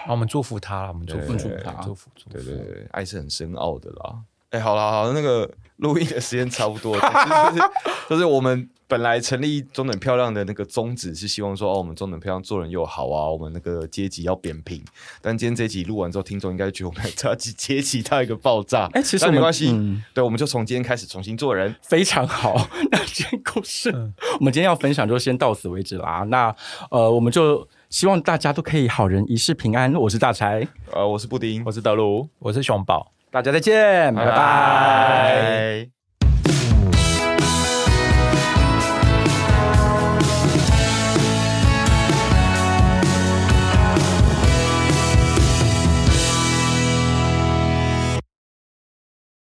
啊我们祝福他，我们祝福对祝福他祝福祝对福。对对，爱是很深奥的啦。哎、好啦好啦，那个录音的时间差不多，了，就是 (laughs) 就是我们本来成立中等漂亮的那个宗旨是希望说，哦，我们中等漂亮做人又好啊，我们那个阶级要扁平。但今天这一集录完之后，听众应该觉得我们这集阶级到一个爆炸。哎其实但我没们关系，嗯对，我们就从今天开始重新做人。非常好。 (laughs) 那今天故事，嗯我们今天要分享就先到此为止啦。那呃，我们就希望大家都可以好人一世平安。我是大柴，呃，我是布丁，我是德鲁，我是熊宝。大家再见，拜拜拜